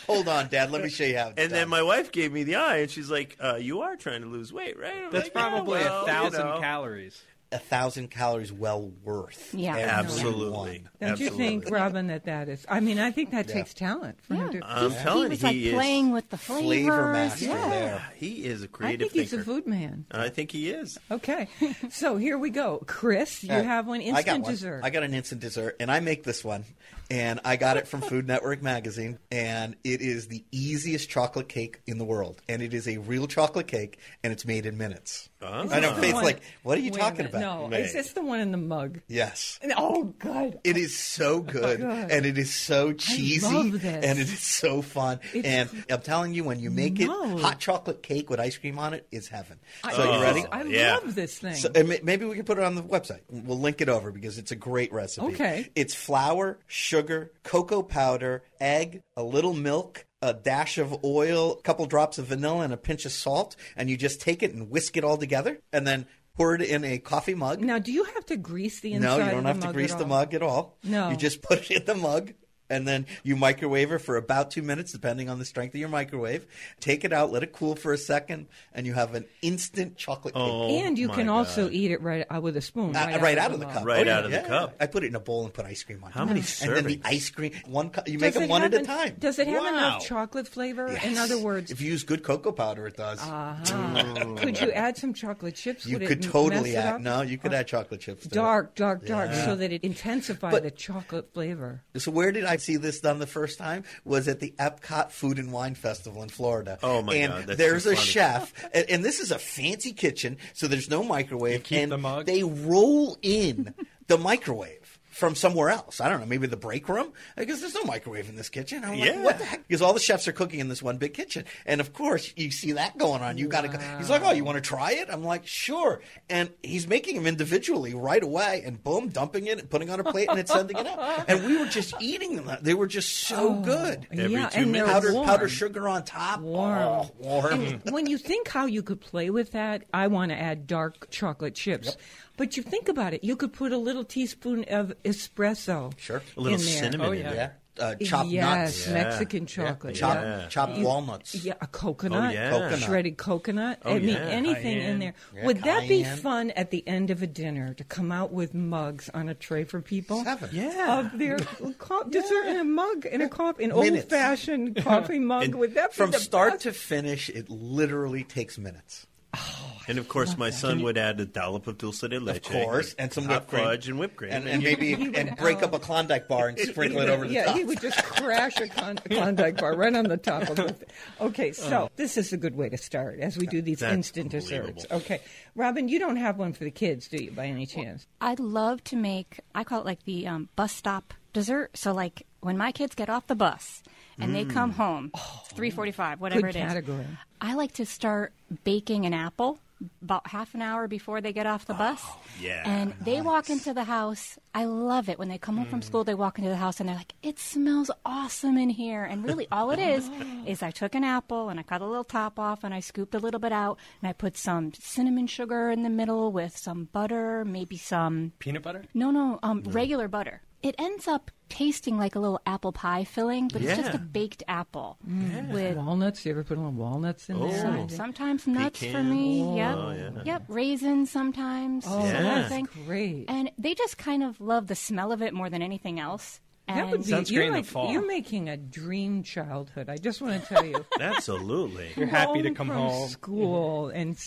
Speaker 5: Hold on, Dad. Let me show you how. It's
Speaker 9: And then
Speaker 5: done.
Speaker 9: my wife gave me the eye, and she's like, uh, "You are trying to lose weight, right?" I'm
Speaker 6: That's
Speaker 9: like, "Yeah,
Speaker 6: probably
Speaker 9: well,
Speaker 6: a
Speaker 9: you
Speaker 6: thousand
Speaker 9: know."
Speaker 6: calories.
Speaker 5: a thousand calories well worth.
Speaker 4: Yeah.
Speaker 5: Every
Speaker 9: Absolutely.
Speaker 5: one.
Speaker 1: Don't
Speaker 9: Absolutely.
Speaker 1: you think, Robin, that that is? I mean, I think that takes talent for him
Speaker 4: Yeah.
Speaker 1: to.
Speaker 9: I'm telling
Speaker 4: he
Speaker 9: you,
Speaker 4: was like
Speaker 9: he
Speaker 4: playing
Speaker 9: is.
Speaker 4: with the flavors.
Speaker 5: Flavor master
Speaker 1: yeah.
Speaker 5: there.
Speaker 9: He is a
Speaker 1: I
Speaker 9: creative
Speaker 1: think he's
Speaker 9: thinker.
Speaker 1: a food man.
Speaker 9: I think he is.
Speaker 1: Okay, so here we go, Chris. You
Speaker 5: All right.
Speaker 1: have one
Speaker 5: I got
Speaker 1: instant
Speaker 5: one.
Speaker 1: dessert.
Speaker 5: I got an instant dessert, and I make this one, and I got it from Food Network magazine, and it is the easiest chocolate cake in the world, and it is a real chocolate cake, and it's made in minutes.
Speaker 9: Uh-huh.
Speaker 5: I know
Speaker 1: The
Speaker 5: Faith's
Speaker 1: one-
Speaker 5: like, "What are you
Speaker 1: Wait a
Speaker 5: talking
Speaker 1: minute.
Speaker 5: about?"
Speaker 1: No, is this the one in the mug?
Speaker 5: Yes.
Speaker 1: Oh, good.
Speaker 5: It is so good, and it is so cheesy,
Speaker 1: love this.
Speaker 5: and it is so fun. and I'm telling you, when you make
Speaker 1: No.
Speaker 5: it, hot chocolate cake with ice cream on it is heaven.
Speaker 1: I-
Speaker 5: so you ready?
Speaker 1: I
Speaker 9: yeah.
Speaker 1: love this thing.
Speaker 5: So, uh, and ma- maybe we can put it on the website. We'll link it over because it's a great recipe.
Speaker 1: Okay.
Speaker 5: It's flour, sugar, cocoa powder, egg, a little milk, a dash of oil, a couple drops of vanilla, and a pinch of salt. And you just take it and whisk it all together and then pour it in a coffee mug.
Speaker 1: now, do you have to grease the
Speaker 5: No,
Speaker 1: inside?
Speaker 5: you don't
Speaker 1: of
Speaker 5: have
Speaker 1: the
Speaker 5: to
Speaker 1: mug
Speaker 5: grease
Speaker 1: at
Speaker 5: the
Speaker 1: all?
Speaker 5: mug at all.
Speaker 1: No.
Speaker 5: You just put it in the mug. And then you microwave it for about two minutes, depending on the strength of your microwave. Take it out, let it cool for a second, and you have an instant chocolate cake.
Speaker 1: And you
Speaker 9: my
Speaker 1: can
Speaker 9: God.
Speaker 1: also eat it right uh, with a spoon,
Speaker 5: Oh Uh,
Speaker 1: right,
Speaker 5: right, out of the cup.
Speaker 9: Right
Speaker 5: Oh, yeah,
Speaker 9: out of the
Speaker 5: yeah.
Speaker 9: cup.
Speaker 5: I put it in a bowl and put ice cream on How
Speaker 9: many
Speaker 5: And then the
Speaker 9: servings?
Speaker 5: ice cream, one cup, you
Speaker 1: Does
Speaker 5: make them
Speaker 1: it
Speaker 5: one
Speaker 1: have
Speaker 5: at a
Speaker 1: an-
Speaker 5: time.
Speaker 1: Does it have
Speaker 9: Wow.
Speaker 1: enough chocolate flavor? In other
Speaker 5: Yes.
Speaker 1: words,
Speaker 5: if you use good cocoa powder, it does.
Speaker 1: uh-huh. could you add some chocolate chips?
Speaker 5: you
Speaker 1: Would it
Speaker 5: could
Speaker 1: m- mess
Speaker 5: totally
Speaker 1: it up? Ah,
Speaker 5: add, no, you could add chocolate chips. to it.
Speaker 1: dark, dark, dark, so that it intensifies
Speaker 5: But-
Speaker 1: the chocolate flavor.
Speaker 5: So where did I see this done the first time? Was at the Epcot Food and Wine Festival in Florida.
Speaker 9: Oh, my
Speaker 5: and
Speaker 9: God, that's
Speaker 5: there's
Speaker 9: too
Speaker 5: a
Speaker 9: funny.
Speaker 5: chef, and, and this is a fancy kitchen, so there's no microwave.
Speaker 6: You keep
Speaker 5: and
Speaker 6: the mug?
Speaker 5: They roll in the microwave. From somewhere else, I don't know, maybe the break room, because there's no microwave in this kitchen. I'm like,
Speaker 9: Yeah.
Speaker 5: what the heck? Because all the chefs are cooking in this one big kitchen, and of course you see that going on. You got to. go. He's like, oh, you want to try it? I'm like, sure. And he's making them individually right away, and boom, dumping it and putting on a plate and then sending it out. And we were just eating them. They were just so good.
Speaker 9: Every
Speaker 1: yeah,
Speaker 9: two
Speaker 1: and they're
Speaker 9: minutes.
Speaker 5: Powder,
Speaker 1: warm.
Speaker 5: powder sugar on top.
Speaker 1: Warm.
Speaker 5: Oh, warm.
Speaker 1: And when you think how you could play with that, I want to add dark chocolate chips. But you think about it, you could put a little teaspoon of espresso.
Speaker 5: Sure.
Speaker 9: A little
Speaker 1: in there.
Speaker 9: cinnamon
Speaker 6: Oh,
Speaker 9: in
Speaker 6: yeah.
Speaker 9: there.
Speaker 5: yeah. Uh, chopped
Speaker 1: yes,
Speaker 5: nuts.
Speaker 1: Mexican chocolate.
Speaker 5: Chopped,
Speaker 1: yeah.
Speaker 5: chopped walnuts.
Speaker 1: Yeah, a coconut,
Speaker 9: Oh, yeah. Coconut.
Speaker 1: shredded coconut. I mean,
Speaker 9: yeah.
Speaker 1: anything in
Speaker 6: Cayenne.
Speaker 1: there. Would that be
Speaker 5: cayenne.
Speaker 1: fun at the end of a dinner to come out with mugs on a tray for people?
Speaker 5: Seven.
Speaker 9: Yeah.
Speaker 1: Of their co- dessert in a mug, in a coffee, an
Speaker 5: Minutes.
Speaker 1: old-fashioned coffee mug.
Speaker 9: And
Speaker 1: Would that be
Speaker 5: From
Speaker 1: the
Speaker 5: start
Speaker 1: best?
Speaker 5: to finish, it literally takes minutes.
Speaker 1: Oh,
Speaker 9: And of course, my son would add a dollop of dulce de leche,
Speaker 5: Of course, and some
Speaker 9: hot
Speaker 5: whipped cream.
Speaker 9: fudge and whipped cream,
Speaker 5: and, and maybe and break up a Klondike bar and sprinkle it over the
Speaker 1: yeah,
Speaker 5: top.
Speaker 1: he would just crash a con- Klondike bar right on the top of it. Okay, so this is a good way to start as we do these
Speaker 9: That's
Speaker 1: instant desserts.
Speaker 9: unbelievable.
Speaker 1: Okay, Robin, you don't have one for the kids, do you, by any chance?
Speaker 4: I love to make, I call it like the um, bus stop dessert. So, like when my kids get off the bus and they come home, it's 345, whatever
Speaker 1: Mm. Oh. Good
Speaker 4: it is.
Speaker 1: category.
Speaker 4: I like to start baking an apple about half an hour before they get off the bus.
Speaker 1: Oh,
Speaker 9: yeah.
Speaker 4: And they walk into the house. I love it. When they come home
Speaker 1: Mm.
Speaker 4: from school, they walk into the house and they're like, it smells awesome in here. And really, all it is
Speaker 1: Oh.
Speaker 4: is I took an apple and I cut a little top off and I scooped a little bit out and I put some cinnamon sugar in the middle with some butter, maybe some
Speaker 6: Peanut butter?
Speaker 4: no, no, um, regular butter. It ends up tasting like a little apple pie filling, but it's just a
Speaker 9: Yeah.
Speaker 4: baked apple
Speaker 1: Mm.
Speaker 4: with
Speaker 1: Walnuts? You ever put a little walnuts in
Speaker 6: Oh,
Speaker 1: there?
Speaker 4: some, sometimes nuts for
Speaker 9: Pecan.
Speaker 4: me. yep, yep, raisins sometimes.
Speaker 1: Oh,
Speaker 4: that
Speaker 9: Yeah.
Speaker 4: thing.
Speaker 1: that's great.
Speaker 4: And they just kind of love the smell of it more than anything else. And
Speaker 1: that would be
Speaker 6: Sounds
Speaker 1: you're,
Speaker 6: great in the
Speaker 1: like-
Speaker 6: fall.
Speaker 1: you're making a dream childhood. I just want to tell you.
Speaker 9: Absolutely.
Speaker 6: You're happy to come
Speaker 1: from
Speaker 6: home. Mm.
Speaker 1: school and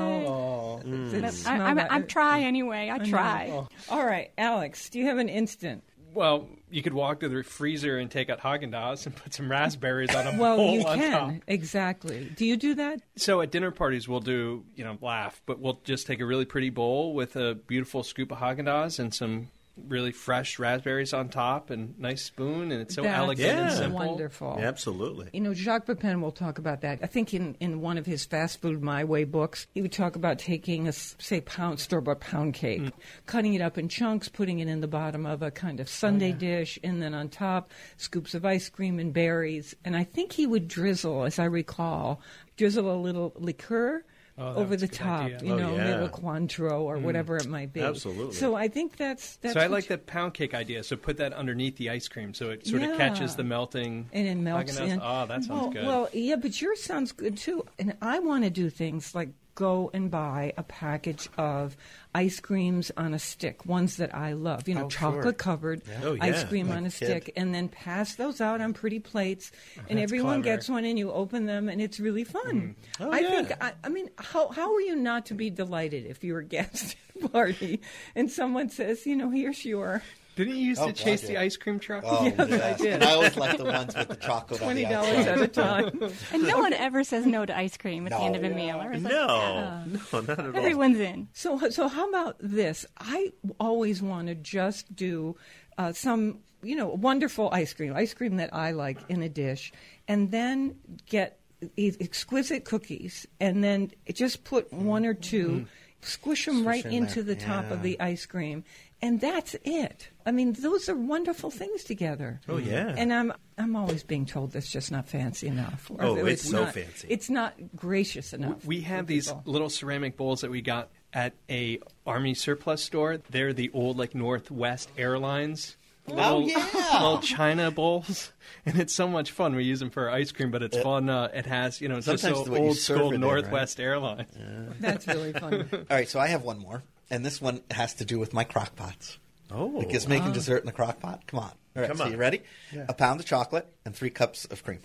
Speaker 1: smell. the
Speaker 4: I,
Speaker 1: smell
Speaker 4: I'm,
Speaker 1: that- Oh.
Speaker 4: I'm try anyway. I try.
Speaker 1: All right, Alex, do you have an instant?
Speaker 6: Well, you could walk to the freezer and take out Haagen Dazs and put some raspberries on a
Speaker 1: Well,
Speaker 6: bowl
Speaker 1: you
Speaker 6: on
Speaker 1: can
Speaker 6: top.
Speaker 1: exactly. Do you do that?
Speaker 6: So at dinner parties, we'll do you know laugh, but we'll just take a really pretty bowl with a beautiful scoop of Haagen Dazs and some really fresh raspberries on top and nice spoon, and it's so
Speaker 1: That's
Speaker 6: elegant and simple.
Speaker 1: wonderful.
Speaker 9: Absolutely.
Speaker 1: You know, Jacques Pepin will talk about that. I think in, in one of his Fast Food My Way books, he would talk about taking a, s- say, pound, store bought pound cake,
Speaker 6: Mm.
Speaker 1: cutting it up in chunks, putting it in the bottom of a kind of
Speaker 6: Oh,
Speaker 1: Sunday dish, and then on top, scoops of ice cream and berries. And I think he would drizzle, as I recall, drizzle a little liqueur.
Speaker 6: Oh, that
Speaker 1: over
Speaker 6: was
Speaker 1: the
Speaker 6: a good
Speaker 1: top,
Speaker 6: idea. Mm.
Speaker 1: you
Speaker 9: Oh,
Speaker 1: know,
Speaker 9: yeah.
Speaker 1: little Cointreau or whatever it might be.
Speaker 9: Absolutely.
Speaker 1: So I think that's that's.
Speaker 6: so I
Speaker 1: what
Speaker 6: like
Speaker 1: you-
Speaker 6: that pound cake idea. So put that underneath the ice cream, so it sort
Speaker 1: Yeah.
Speaker 6: of catches the melting
Speaker 1: and it melts
Speaker 6: Häagen-Dazs.
Speaker 1: in.
Speaker 6: Oh, that sounds
Speaker 1: well,
Speaker 6: good.
Speaker 1: Well, yeah, but yours sounds good too. And I want to do things like go and buy a package of ice creams on a stick, ones that I love. You know,
Speaker 5: Oh, sure.
Speaker 1: chocolate covered
Speaker 9: Oh,
Speaker 1: ice
Speaker 9: yeah,
Speaker 1: cream
Speaker 5: like
Speaker 1: on
Speaker 5: a
Speaker 1: a stick,
Speaker 5: kid.
Speaker 1: and then pass those out on pretty plates, and everyone
Speaker 6: clever.
Speaker 1: gets one, and you open them, and it's really fun. I
Speaker 9: yeah.
Speaker 1: think. I, I mean, how how are you not to be delighted if you were a guest at a party and someone says, you know, here's your
Speaker 6: Didn't you used
Speaker 5: Oh,
Speaker 6: to
Speaker 5: God,
Speaker 6: chase
Speaker 5: yeah.
Speaker 6: the ice cream truck?
Speaker 5: Oh,
Speaker 6: yeah.
Speaker 5: yes. And I always like the ones with the chocolate on
Speaker 1: twenty
Speaker 5: the
Speaker 1: dollars
Speaker 5: outside.
Speaker 1: at a time.
Speaker 4: And no one ever says no to ice cream at the end of a
Speaker 5: No.
Speaker 4: meal. Everyone's like,
Speaker 9: No, no, not at all.
Speaker 4: Everyone's in.
Speaker 1: So, so how about this? I always want to just do uh, some, you know, wonderful ice cream, ice cream that I like in a dish, and then get e- exquisite cookies, and then just put one or 2
Speaker 9: Mm-hmm.
Speaker 1: squish them right
Speaker 5: in
Speaker 1: into
Speaker 5: there.
Speaker 1: the top of
Speaker 5: Yeah.
Speaker 1: the ice cream, and that's it. I mean, those are wonderful things together.
Speaker 9: Oh,
Speaker 6: Mm-hmm.
Speaker 9: yeah.
Speaker 1: And I'm I'm always being told that's just not fancy enough. or
Speaker 9: Oh,
Speaker 1: that
Speaker 9: it's so
Speaker 1: not-
Speaker 9: fancy.
Speaker 1: It's not gracious enough.
Speaker 6: We
Speaker 1: for
Speaker 6: have these
Speaker 1: people.
Speaker 6: little ceramic bowls that we got at a army surplus store. They're the old like Northwest Airlines.
Speaker 1: Oh,
Speaker 6: Little,
Speaker 5: yeah.
Speaker 6: little china bowls, and it's so much fun. We use them for ice cream, but it's fun. Uh, it has you know, it's just so
Speaker 5: Sometimes the way you
Speaker 6: old
Speaker 5: serve
Speaker 6: school
Speaker 5: it in, right?
Speaker 6: Northwest Airlines.
Speaker 1: That's really funny.
Speaker 5: All right, so I have one more, and this one has to do with my crock pots.
Speaker 9: Oh.
Speaker 5: Because making dessert in the crock pot, come on. All right,
Speaker 9: Come
Speaker 5: so
Speaker 9: on.
Speaker 5: you ready? A pound of chocolate and three cups of cream.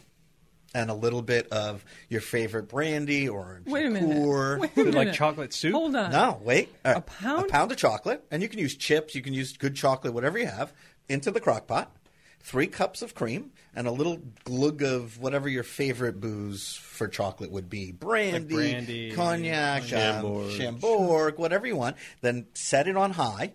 Speaker 5: And a little bit of your favorite brandy or
Speaker 1: Wait a minute.
Speaker 5: liqueur.
Speaker 1: Wait a
Speaker 6: Like
Speaker 1: minute.
Speaker 6: chocolate soup?
Speaker 1: Hold on.
Speaker 5: No, wait. All right,
Speaker 1: A pound?
Speaker 5: A pound of chocolate, and you can use chips, you can use good chocolate, whatever you have, into the crock pot. Three cups of cream and a little glug of whatever your favorite booze for chocolate would be brandy,
Speaker 6: brandy,
Speaker 5: cognac, Chambord.
Speaker 9: Chambord.
Speaker 5: Chambord, whatever you want. Then set it on high,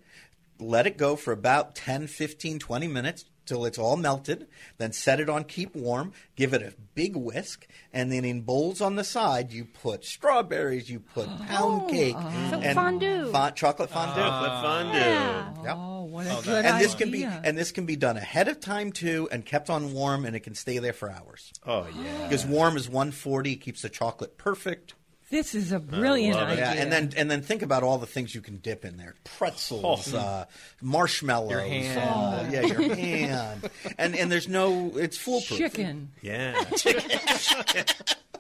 Speaker 5: let it go for about 10, 15, 20 minutes till it's all melted. Then set it on keep warm, give it a big whisk, and then in bowls on the side, you put strawberries, you put
Speaker 1: Oh,
Speaker 5: pound cake,
Speaker 1: uh-huh.
Speaker 4: So
Speaker 5: and
Speaker 4: fondue.
Speaker 5: fon- chocolate fondue.
Speaker 9: Chocolate fondue.
Speaker 5: Yep.
Speaker 1: Oh, what a good
Speaker 5: And this can be
Speaker 1: idea.
Speaker 5: and this can be done ahead of time too, and kept on warm, and it can stay there for hours.
Speaker 9: Oh yeah.
Speaker 5: Because warm is 140, keeps the chocolate perfect.
Speaker 1: this is a brilliant
Speaker 9: love it.
Speaker 1: idea.
Speaker 5: Yeah, and then and then think about all the things you can dip in there: pretzels, uh, marshmallows,
Speaker 6: Your hand.
Speaker 5: uh, yeah, your hand, and and there's no, it's foolproof.
Speaker 1: chicken.
Speaker 9: Yeah.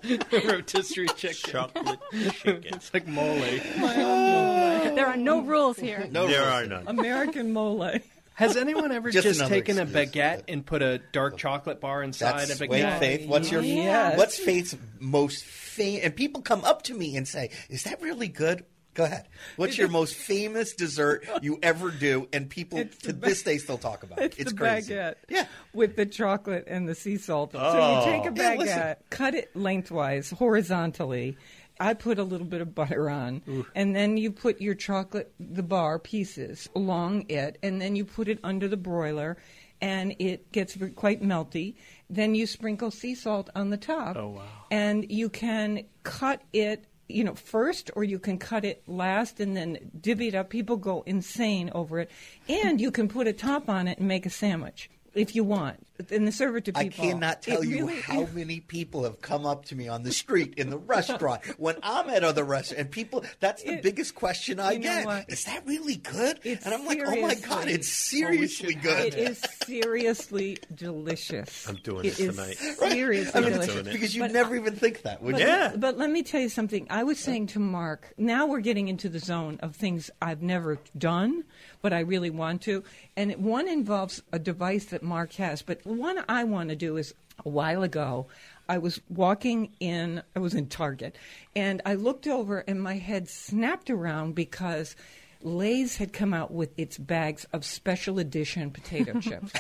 Speaker 6: Rotisserie chicken.
Speaker 9: Chocolate chicken.
Speaker 6: It's like mole.
Speaker 4: There are no rules here.
Speaker 5: No
Speaker 9: There
Speaker 5: roast.
Speaker 9: are none.
Speaker 1: American mole.
Speaker 6: Has anyone ever
Speaker 5: Just
Speaker 6: just,
Speaker 5: another
Speaker 6: taken a
Speaker 5: excuse.
Speaker 6: baguette and put a dark chocolate bar inside
Speaker 5: That's
Speaker 6: a baguette?
Speaker 5: wait, Faith. What's your
Speaker 1: Yes.
Speaker 5: what's Faith's most famous? And people come up to me and say, "Is that really good?" Go ahead. What's your most famous dessert you ever do? And people
Speaker 1: It's the
Speaker 5: to
Speaker 1: ba-
Speaker 5: this day still talk about it.
Speaker 1: It's,
Speaker 5: It's,
Speaker 1: the
Speaker 5: crazy.
Speaker 1: baguette.
Speaker 5: Yeah.
Speaker 1: With the chocolate and the sea salt. so you take a
Speaker 5: Yeah,
Speaker 1: baguette,
Speaker 5: listen.
Speaker 1: cut it lengthwise, horizontally. I put a little bit of butter on, and then you put your chocolate, the bar pieces along it, and then you put it under the broiler, and it gets v- quite melty. Then you sprinkle sea salt on the top. Oh, wow. And you can cut it you know, first, or you can cut it last and then divvy it up. People go insane over it. And you can put a top on it and make a sandwich if you want. And serve it to people.
Speaker 5: I cannot tell
Speaker 1: It
Speaker 5: you
Speaker 1: really
Speaker 5: how
Speaker 1: is-
Speaker 5: many people have come up to me on the street, in the restaurant, when I'm at other restaurants, and people. That's the
Speaker 1: It-
Speaker 5: biggest question I
Speaker 1: you know
Speaker 5: get.
Speaker 1: what?
Speaker 5: Is that really good?
Speaker 1: It's
Speaker 5: and I'm like, oh my god,
Speaker 1: seriously-
Speaker 5: it's
Speaker 1: Oh,
Speaker 5: seriously
Speaker 1: It
Speaker 5: good.
Speaker 1: is seriously delicious.
Speaker 9: I'm doing
Speaker 1: It
Speaker 9: this
Speaker 1: is
Speaker 9: tonight.
Speaker 5: Right?
Speaker 1: Seriously
Speaker 5: I mean,
Speaker 9: it's-
Speaker 1: delicious.
Speaker 5: because you
Speaker 1: But
Speaker 5: never even think that, would
Speaker 1: But,
Speaker 5: you?
Speaker 9: Yeah.
Speaker 1: but let me tell you something. I was saying to Mark, now we're getting into the zone of things I've never done, but I really want to. And one involves a device that Mark has, but one I want to do is a while ago. I was walking in, I was in Target, and I looked over and my head snapped around because Lay's had come out with its bags of special edition potato chips.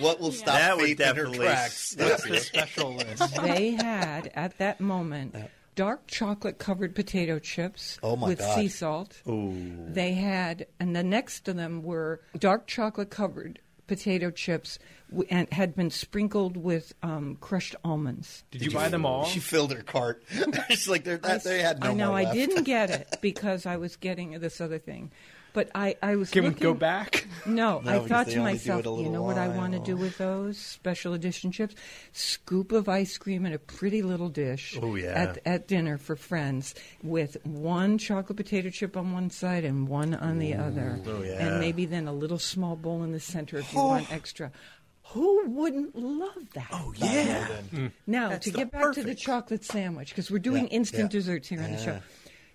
Speaker 5: What will stop
Speaker 9: That would
Speaker 5: Faith in her
Speaker 9: definitely
Speaker 5: tracks?
Speaker 9: stop you.
Speaker 6: special list?
Speaker 1: they had at that moment dark chocolate covered potato chips
Speaker 5: Oh, my
Speaker 1: with
Speaker 5: God.
Speaker 1: sea salt.
Speaker 5: Ooh.
Speaker 1: They had, and the next to them were dark chocolate covered potato chips w- and had been sprinkled with um, crushed almonds.
Speaker 6: Did, you buy them all?
Speaker 5: She filled her cart. She's like, they're, that, they had no
Speaker 1: I know
Speaker 5: more
Speaker 1: I
Speaker 5: left.
Speaker 1: didn't get it because I was getting this other thing. But I, I was
Speaker 6: Can we
Speaker 1: looking-
Speaker 6: go back?
Speaker 1: No,
Speaker 5: No,
Speaker 1: I
Speaker 5: because
Speaker 1: thought
Speaker 5: they
Speaker 1: to
Speaker 5: only do
Speaker 1: myself,
Speaker 5: it a
Speaker 1: you know
Speaker 5: little
Speaker 1: what I want to
Speaker 5: while.
Speaker 1: do with those special edition chips? Scoop of ice cream in a pretty little dish
Speaker 9: Oh, yeah.
Speaker 1: at, at dinner for friends with one chocolate potato chip on one side and one on the other.
Speaker 9: Oh, yeah.
Speaker 1: And maybe then a little small bowl in the center if you want extra. Who wouldn't love that? Oh,
Speaker 9: Yeah.
Speaker 1: now, to get back to the
Speaker 9: perfect.
Speaker 1: chocolate sandwich, because we're doing
Speaker 5: Yeah,
Speaker 1: instant
Speaker 5: yeah.
Speaker 1: desserts here on the show.
Speaker 5: Yeah.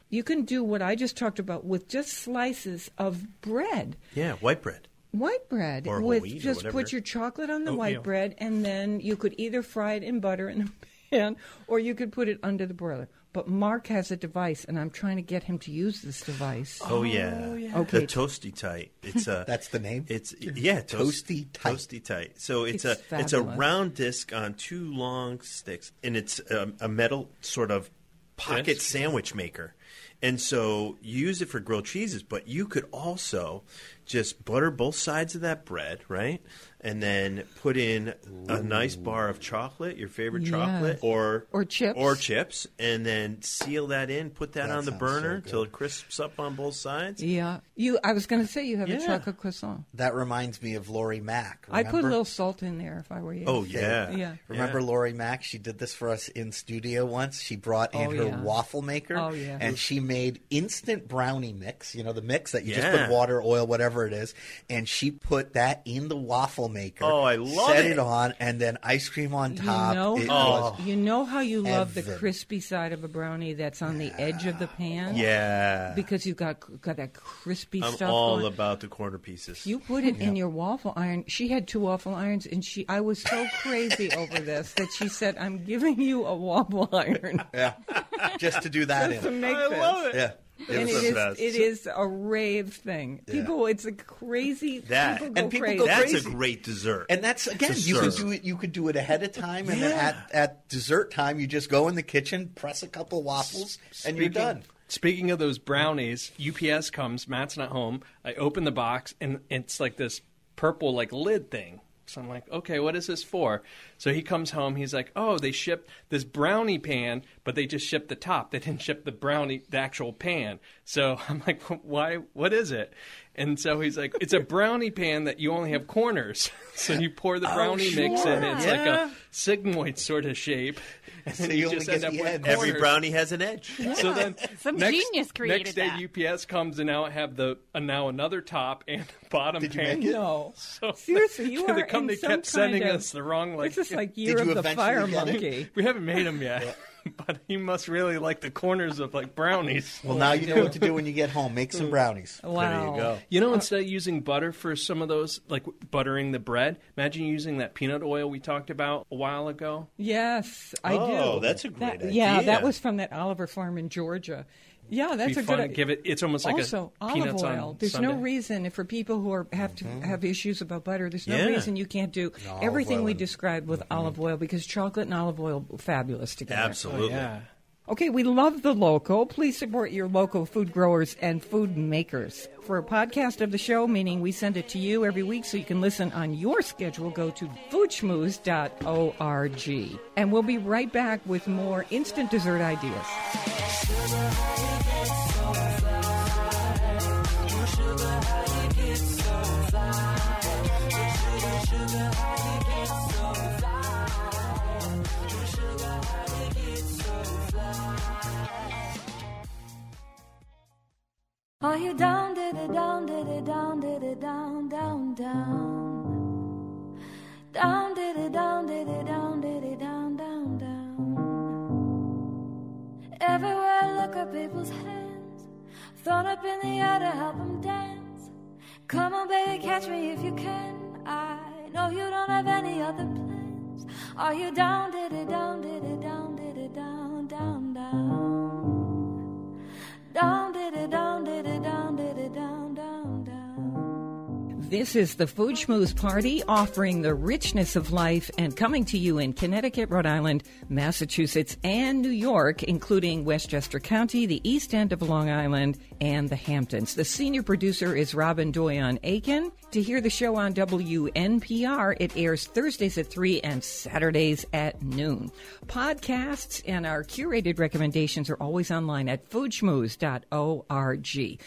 Speaker 1: You can do what I just talked about with just slices of bread,
Speaker 9: Yeah, white bread.
Speaker 1: white bread,
Speaker 9: Or whole
Speaker 1: with
Speaker 9: wheat or
Speaker 1: just
Speaker 9: whatever.
Speaker 1: put your chocolate on the white
Speaker 6: Oatmeal.
Speaker 1: bread, and then you could either fry it in butter in a pan, or you could put it under the broiler. But Mark has a device, and I'm trying to get him to use this device.
Speaker 9: Oh, yeah.
Speaker 1: Okay.
Speaker 9: The toasty tight. It's a
Speaker 5: That's the name?
Speaker 9: It's yeah, toast-
Speaker 5: Toasty Tight.
Speaker 9: Toasty tight. So it's,
Speaker 1: It's
Speaker 9: a it's a
Speaker 1: fabulous.
Speaker 9: round disc on two long sticks, and it's a, a metal sort of pocket
Speaker 6: Disc?
Speaker 9: sandwich maker. And so you use it for grilled cheeses, but you could also just butter both sides of that bread, right? And then put in a nice bar of chocolate, your favorite
Speaker 1: Yeah.
Speaker 9: chocolate, or
Speaker 1: Or chips.
Speaker 9: or chips, and then seal that in, put that,
Speaker 5: That
Speaker 9: on the
Speaker 5: sounds so
Speaker 9: burner
Speaker 5: good.
Speaker 9: till it crisps up on both sides.
Speaker 1: Yeah, you. I was going to say you have a
Speaker 9: Yeah.
Speaker 1: chocolate croissant.
Speaker 5: That reminds me of Lori Mack.
Speaker 1: I put a
Speaker 5: remember?
Speaker 1: little salt in there if I were you.
Speaker 9: Oh yeah,
Speaker 1: Yeah.
Speaker 5: Remember Lori Mack? She did this for us in studio once. She brought in
Speaker 1: Oh,
Speaker 5: her
Speaker 1: yeah.
Speaker 5: waffle maker
Speaker 1: Oh, yeah.
Speaker 5: and she made instant brownie mix, you know, the mix that you just
Speaker 9: Yeah.
Speaker 5: put water, oil, whatever it is. And she put that in the waffle maker.
Speaker 9: Oh, I love
Speaker 5: Set it,
Speaker 9: it. Oh.
Speaker 5: on and then ice cream on
Speaker 1: You
Speaker 5: top.
Speaker 1: know,
Speaker 5: It
Speaker 1: how,
Speaker 5: was-
Speaker 1: you know how you love the
Speaker 5: heaven.
Speaker 1: crispy side of a brownie that's on the edge of the pan?
Speaker 9: yeah.
Speaker 1: Because you've got got that crispy
Speaker 9: I'm
Speaker 1: stuff.
Speaker 9: all
Speaker 1: going.
Speaker 9: about the corner pieces.
Speaker 1: You put it in your waffle iron. She had two waffle irons, and she. I was so crazy over this that she said, "I'm giving you a waffle iron
Speaker 5: yeah. Just to do that
Speaker 1: to
Speaker 5: in.
Speaker 1: make this."
Speaker 5: Yeah. It
Speaker 1: And
Speaker 5: was
Speaker 1: it
Speaker 5: the
Speaker 1: is,
Speaker 5: best.
Speaker 1: it is a rave thing. People, it's a crazy.
Speaker 9: That-
Speaker 1: people go
Speaker 5: and people
Speaker 1: crazy.
Speaker 5: go
Speaker 9: That's
Speaker 5: crazy.
Speaker 9: a great dessert.
Speaker 5: And that's again, you could
Speaker 9: serve.
Speaker 5: do it. You could do it ahead of time, and then at, at dessert time, you just go in the kitchen, press a couple waffles, and you're done.
Speaker 6: Speaking of those brownies, UPS comes. Matt's not home. I open the box and it's like this purple like lid thing. So I'm like, okay, what is this for? So he comes home. He's like, oh, they shipped this brownie pan, but they just shipped the top. They didn't ship the brownie, the actual pan. So I'm like, why? What is it? And so he's like, it's a brownie pan that you only have corners. so you pour
Speaker 5: Oh,
Speaker 6: the brownie mix in. It's like a sigmoid sort of shape. And
Speaker 5: So
Speaker 6: then
Speaker 5: you
Speaker 6: you,
Speaker 5: only
Speaker 6: just
Speaker 5: get
Speaker 6: end up
Speaker 5: the
Speaker 6: with
Speaker 5: end.
Speaker 9: Every
Speaker 6: corners.
Speaker 9: brownie has an edge.
Speaker 6: So then,
Speaker 4: Some
Speaker 6: next,
Speaker 4: genius created
Speaker 6: next day,
Speaker 4: that.
Speaker 6: UPS comes and now have the uh, now another top and bottom
Speaker 5: Did you
Speaker 6: pan.
Speaker 5: make it?
Speaker 1: No,
Speaker 6: So
Speaker 1: seriously, you
Speaker 6: they
Speaker 1: are
Speaker 6: come-
Speaker 1: in
Speaker 6: they
Speaker 1: some
Speaker 6: kept sending
Speaker 1: kind of-
Speaker 6: us the wrong, like-
Speaker 1: It's just like year
Speaker 5: you
Speaker 1: of the
Speaker 5: eventually
Speaker 1: fire
Speaker 5: get it?
Speaker 1: monkey.
Speaker 6: We haven't made them yet, but he must really like the corners of like brownies.
Speaker 5: Well, now you know what to do when you get home. Make some brownies.
Speaker 1: Wow.
Speaker 6: You
Speaker 5: uh,
Speaker 6: know, instead of using butter for some of those, like buttering the bread, imagine using that peanut oil we talked about a while ago.
Speaker 1: Yes, I do.
Speaker 9: Oh, that's a great
Speaker 1: That- Yeah,
Speaker 9: idea.
Speaker 1: that was from that Oliver farm in Georgia. Yeah, that's
Speaker 6: Be
Speaker 1: a
Speaker 6: fun
Speaker 1: good
Speaker 6: to give it. It's almost like
Speaker 1: also
Speaker 6: a
Speaker 1: olive
Speaker 6: peanuts on
Speaker 1: oil. There's no
Speaker 6: Sunday.
Speaker 1: reason for people who are have to have issues about butter. There's no
Speaker 9: Yeah.
Speaker 1: reason you can't do
Speaker 5: Mm-hmm. olive
Speaker 1: everything
Speaker 5: oil Mm-hmm.
Speaker 1: we
Speaker 5: and-
Speaker 1: described with olive oil because chocolate and olive oil fabulous together.
Speaker 9: Absolutely.
Speaker 6: Yeah.
Speaker 1: Okay, we love the local. Please support your local food growers and food makers. For a podcast of the show, meaning we send it to you every week so you can listen on your schedule, go to foodschmooze.org. And we'll be right back with more instant dessert ideas.
Speaker 7: Are you down, did it, down, did it, down, did it, down, down, down? Down, did it, down, did it, down, did it, down, down, down. Everywhere I look at people's hands, thrown up in the air to help 'em dance. Come on, baby, catch me if you can. I know you don't have any other plans. Are you down, did it, down, did it, down, did it, down, down, down? Down, did it, down, did it, down, did it, down, down, down.
Speaker 1: This is the Food Schmooze Party offering the richness of life and coming to you in Connecticut, Rhode Island, Massachusetts, and New York, including Westchester County, the east end of Long Island, and the Hamptons. The senior producer is Robin Doyon Aiken. To hear the show on WNPR, it airs Thursdays at 3 and Saturdays at noon. Podcasts and our curated recommendations are always online at foodschmooze.org.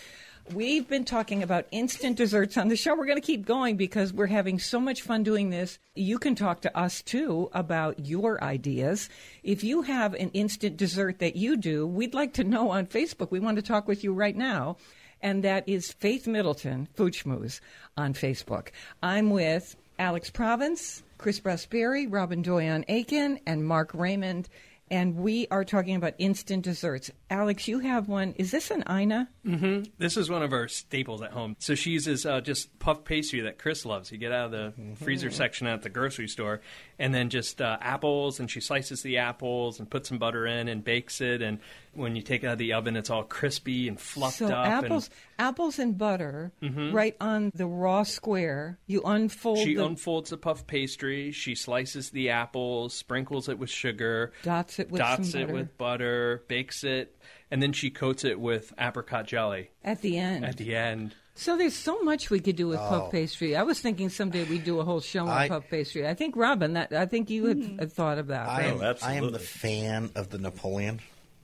Speaker 1: We've been talking about instant desserts on the show. We're going to keep going because we're having so much fun doing this. You can talk to us too about your ideas. If you have an instant dessert that you do, we'd like to know on Facebook. We want to talk with you right now. And that is Faith Middleton, Food Schmooze, on Facebook. I'm with Alex Province, Chris Prosperi, Robin Doyon Aiken, and Mark Raymond. And we are talking about instant desserts. Alex, you have one. Is this an Ina?
Speaker 6: hmm This is one of our staples at home. So she uses uh, just puff pastry that Chris loves. You get out of the
Speaker 1: Mm-hmm.
Speaker 6: freezer section at the grocery store, and then just uh, apples, and she slices the apples and puts some butter in and bakes it. And when you take it out of the oven, it's all crispy and fluffed
Speaker 1: so
Speaker 6: up. and- Mm-hmm.
Speaker 1: apples, apples and butter, right on the raw square. You unfold
Speaker 6: She
Speaker 1: the
Speaker 6: unfolds the puff pastry. She slices the apples, sprinkles it with sugar,
Speaker 1: Dots it with
Speaker 6: dots
Speaker 1: some
Speaker 6: it
Speaker 1: butter.
Speaker 6: with butter, bakes it, and then she coats it with apricot jelly
Speaker 1: at the end.
Speaker 6: at the end.
Speaker 1: so there's so much we could do with
Speaker 5: Oh.
Speaker 1: puff pastry. I was thinking someday we'd do a whole show on
Speaker 5: I-
Speaker 1: puff pastry. I think Robin, that I think you had, had thought of that. right?
Speaker 5: I am, I am the
Speaker 9: absolutely.
Speaker 5: fan of the Napoleon.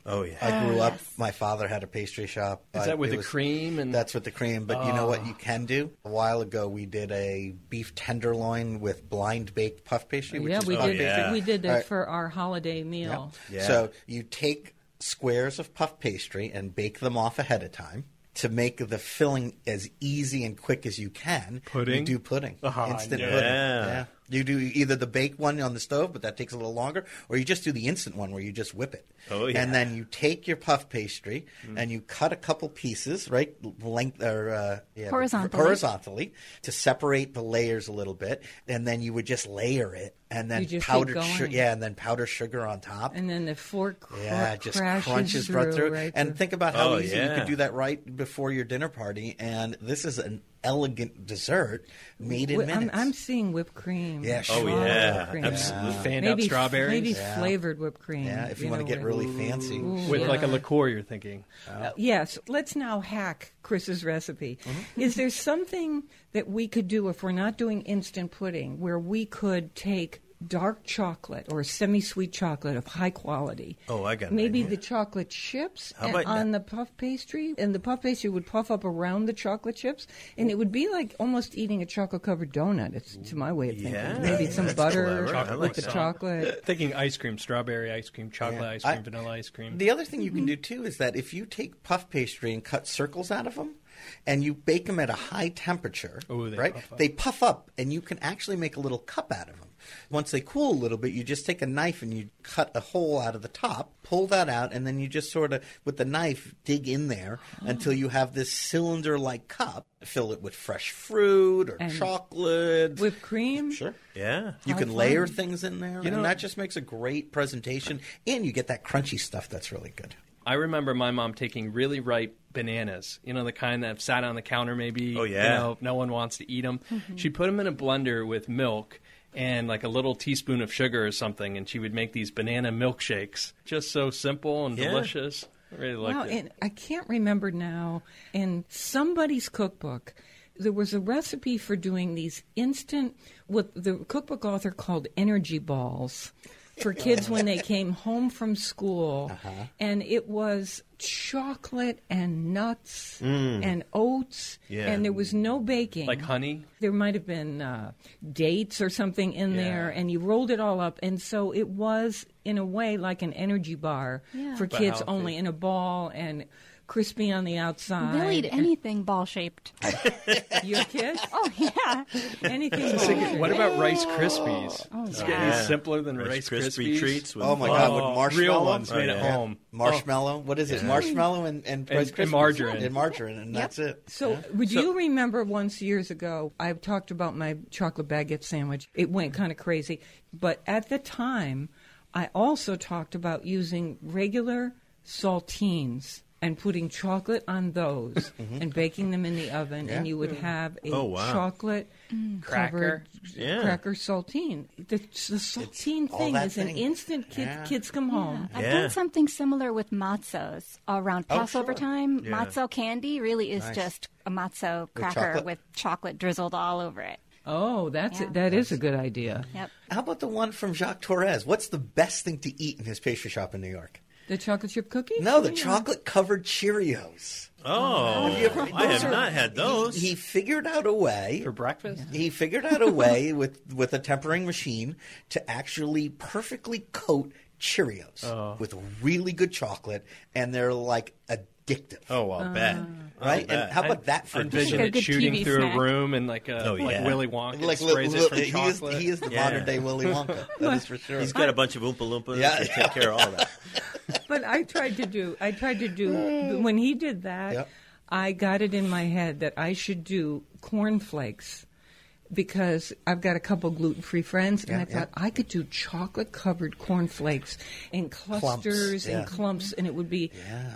Speaker 9: Oh yeah.
Speaker 5: I grew up. My father had a pastry shop.
Speaker 6: Ah, Is
Speaker 5: I-
Speaker 6: that with
Speaker 5: it
Speaker 6: the
Speaker 5: was-
Speaker 6: cream and- Ah.
Speaker 5: that's with the cream. But you know what you can do? A while ago, we did a beef tenderloin with blind baked puff pastry. Which
Speaker 1: yeah,
Speaker 5: is
Speaker 1: we
Speaker 5: puff
Speaker 1: did
Speaker 5: pastry.
Speaker 1: that.
Speaker 9: yeah.
Speaker 1: We did that
Speaker 5: All right.
Speaker 1: for our holiday meal.
Speaker 9: Yeah.
Speaker 5: So you take squares of puff pastry and bake them off ahead of time. To make the filling as easy and quick as you can,
Speaker 6: Pudding?
Speaker 5: you do pudding,
Speaker 9: Uh-huh.
Speaker 6: Ah,
Speaker 5: instant
Speaker 6: yeah.
Speaker 5: pudding. Yeah, you do either the baked one on the stove, but that takes a little longer, or you just do the instant one where you just whip it.
Speaker 9: Oh, yeah. Mm.
Speaker 5: And then you take your puff pastry and you cut a couple pieces, right, length or uh, yeah,
Speaker 4: Horizontally.
Speaker 5: horizontally to separate the layers a little bit, and then you would just layer it, and then
Speaker 1: You just keep
Speaker 5: powdered,
Speaker 1: going.
Speaker 5: yeah, and then powder sugar on top.
Speaker 1: And then the fork cr-
Speaker 5: Yeah, it just
Speaker 1: crashes
Speaker 5: crunches
Speaker 1: through,
Speaker 5: right through.
Speaker 1: right
Speaker 5: and
Speaker 1: through.
Speaker 5: think about how
Speaker 9: Oh,
Speaker 5: easy you
Speaker 9: yeah.
Speaker 5: could do that right before your dinner party. And this is an elegant dessert made in
Speaker 1: Whi- I'm,
Speaker 5: minutes.
Speaker 1: I'm seeing whipped cream.
Speaker 5: Yeah,
Speaker 1: and
Speaker 5: sure.
Speaker 9: Oh
Speaker 1: chocolate
Speaker 9: yeah.
Speaker 1: cream.
Speaker 9: Absolutely.
Speaker 6: Fanned out
Speaker 1: Maybe
Speaker 6: strawberries
Speaker 1: maybe flavored whipped cream.
Speaker 5: yeah, if you, want to get really fancy.
Speaker 6: with like a liqueur. You're thinking.
Speaker 1: Yes, let's now hack Chris's recipe.
Speaker 9: Mm-hmm.
Speaker 1: Is there something that we could do if we're not doing instant pudding where we could take dark chocolate or semi-sweet chocolate of high quality?
Speaker 9: Oh, I got an
Speaker 1: Maybe
Speaker 9: idea.
Speaker 1: the chocolate chips
Speaker 9: How
Speaker 1: and
Speaker 9: about
Speaker 1: on the puff pastry and the puff pastry would puff up around the chocolate chips and it would be like almost eating a chocolate covered donut. It's to my way of thinking.
Speaker 9: Yeah,
Speaker 1: Maybe some
Speaker 9: that's
Speaker 1: butter
Speaker 9: clever. I
Speaker 1: with
Speaker 9: like
Speaker 1: the
Speaker 9: that.
Speaker 1: chocolate.
Speaker 6: Thinking ice cream, strawberry ice cream, chocolate
Speaker 5: Yeah.
Speaker 6: ice cream,
Speaker 5: I-
Speaker 6: vanilla ice cream.
Speaker 5: The other thing you can do too is that if you take puff pastry and cut circles out of them, and you bake them at a high temperature,
Speaker 6: Ooh, they
Speaker 5: right?
Speaker 6: puff up.
Speaker 5: They puff up, and you can actually make a little cup out of them. Once they cool a little bit, you just take a knife and you cut a hole out of the top, pull that out, and then you just sort of with the knife dig in there until you have this cylinder-like cup. Fill it with fresh fruit or
Speaker 1: And
Speaker 5: chocolate.
Speaker 1: Whipped cream?
Speaker 5: sure.
Speaker 9: Yeah.
Speaker 5: You
Speaker 1: How
Speaker 5: can
Speaker 1: fun.
Speaker 5: layer things in there, and
Speaker 6: know-
Speaker 5: that just makes a great presentation. And you get that crunchy stuff that's really good.
Speaker 6: I remember my mom taking really ripe bananas, you know, the kind that have sat on the counter maybe.
Speaker 9: Oh,
Speaker 6: You
Speaker 9: yeah.
Speaker 6: know, no one wants to eat them.
Speaker 1: Mm-hmm.
Speaker 6: She put them in a blender with milk and like a little teaspoon of sugar or something, and she would make these banana milkshakes. Just so simple and
Speaker 9: Yeah.
Speaker 6: delicious. I really liked
Speaker 1: Wow,
Speaker 6: it.
Speaker 1: and I can't remember now. In somebody's cookbook, there was a recipe for doing these instant, what the cookbook author called energy balls for kids when they came home from school. And it was chocolate and nuts and oats,
Speaker 9: Yeah.
Speaker 1: and there was no baking.
Speaker 6: Like honey.
Speaker 1: There might have been uh, dates or something in there, and you rolled it all up. And so it was, in a way, like an energy bar
Speaker 4: Yeah.
Speaker 1: for
Speaker 4: But
Speaker 1: kids
Speaker 6: healthy.
Speaker 1: only in a ball and crispy on the outside.
Speaker 4: They'll eat anything ball shaped.
Speaker 1: Your kids?
Speaker 4: Oh yeah.
Speaker 1: Anything. ball.
Speaker 6: What about Rice Krispies?
Speaker 1: Oh,
Speaker 6: it's getting
Speaker 9: yeah.
Speaker 6: simpler than
Speaker 9: Rice
Speaker 6: Rice,
Speaker 9: Krispie treats. With
Speaker 5: Oh my God!
Speaker 6: Oh,
Speaker 5: With marshmallow,
Speaker 6: real ones made
Speaker 9: Oh,
Speaker 6: at
Speaker 9: yeah.
Speaker 6: home.
Speaker 5: marshmallow. What is it? Marshmallow and and, Rice
Speaker 6: and
Speaker 5: Krispies.
Speaker 6: margarine.
Speaker 5: and margarine, and that's it.
Speaker 1: So, would you remember once years ago, I talked about my chocolate baguette sandwich. It went kind of crazy. But at the time, I also talked about using regular saltines and putting chocolate on those and baking them in the oven, and
Speaker 9: Yeah.
Speaker 1: you would have a
Speaker 9: Oh, wow.
Speaker 1: chocolate
Speaker 9: Cracker.
Speaker 1: covered
Speaker 9: Yeah.
Speaker 1: cracker saltine. The, the saltine
Speaker 4: all
Speaker 1: thing
Speaker 4: that
Speaker 1: is an
Speaker 4: thing.
Speaker 1: instant. Kids,
Speaker 4: Yeah.
Speaker 1: kids come home.
Speaker 4: I've done something similar with matzos around
Speaker 1: Oh,
Speaker 4: Passover
Speaker 1: sure.
Speaker 4: time.
Speaker 1: Yeah.
Speaker 4: Matzo candy really is
Speaker 1: Nice.
Speaker 4: just a matzo
Speaker 1: With
Speaker 4: cracker
Speaker 1: chocolate?
Speaker 4: with chocolate drizzled all over it.
Speaker 1: Oh, that's it. that is a good idea.
Speaker 4: Yep.
Speaker 5: How about the one from Jacques Torres? What's the best thing to eat in his pastry shop in New York?
Speaker 1: The chocolate chip cookie?
Speaker 5: No, the
Speaker 1: Yeah.
Speaker 5: chocolate covered Cheerios.
Speaker 9: Oh,
Speaker 5: Have you ever-
Speaker 9: I
Speaker 5: those
Speaker 9: have
Speaker 5: are-
Speaker 9: not had those.
Speaker 5: He, he figured out a way for
Speaker 6: breakfast.
Speaker 5: He figured out a way with with a tempering machine to actually perfectly coat Cheerios
Speaker 9: Oh.
Speaker 5: with really good chocolate, and they're like addictive.
Speaker 9: Oh,
Speaker 6: I'll bet. I'll
Speaker 5: Right? And
Speaker 6: bet.
Speaker 5: how about
Speaker 6: I-
Speaker 5: that for
Speaker 6: I envision
Speaker 5: dessert?
Speaker 6: it shooting through a room and like a
Speaker 9: Oh,
Speaker 6: like
Speaker 9: yeah.
Speaker 6: Willy Wonka
Speaker 5: Like li-
Speaker 6: sprays
Speaker 5: li-
Speaker 6: it from
Speaker 5: he is-
Speaker 6: chocolate.
Speaker 5: he is the modern day Willy Wonka. That is for sure.
Speaker 9: He's got a bunch of Oompa Loompas
Speaker 5: Yeah.
Speaker 9: to take care of all that.
Speaker 1: but I tried to do. I tried to
Speaker 10: Mm.
Speaker 1: do when he did that.
Speaker 9: Yep.
Speaker 1: I got it in my head that I should do cornflakes because I've got a couple gluten-free friends, and
Speaker 10: Yeah,
Speaker 1: I thought I could do chocolate-covered cornflakes in clusters
Speaker 10: yeah.
Speaker 1: and clumps, and it would be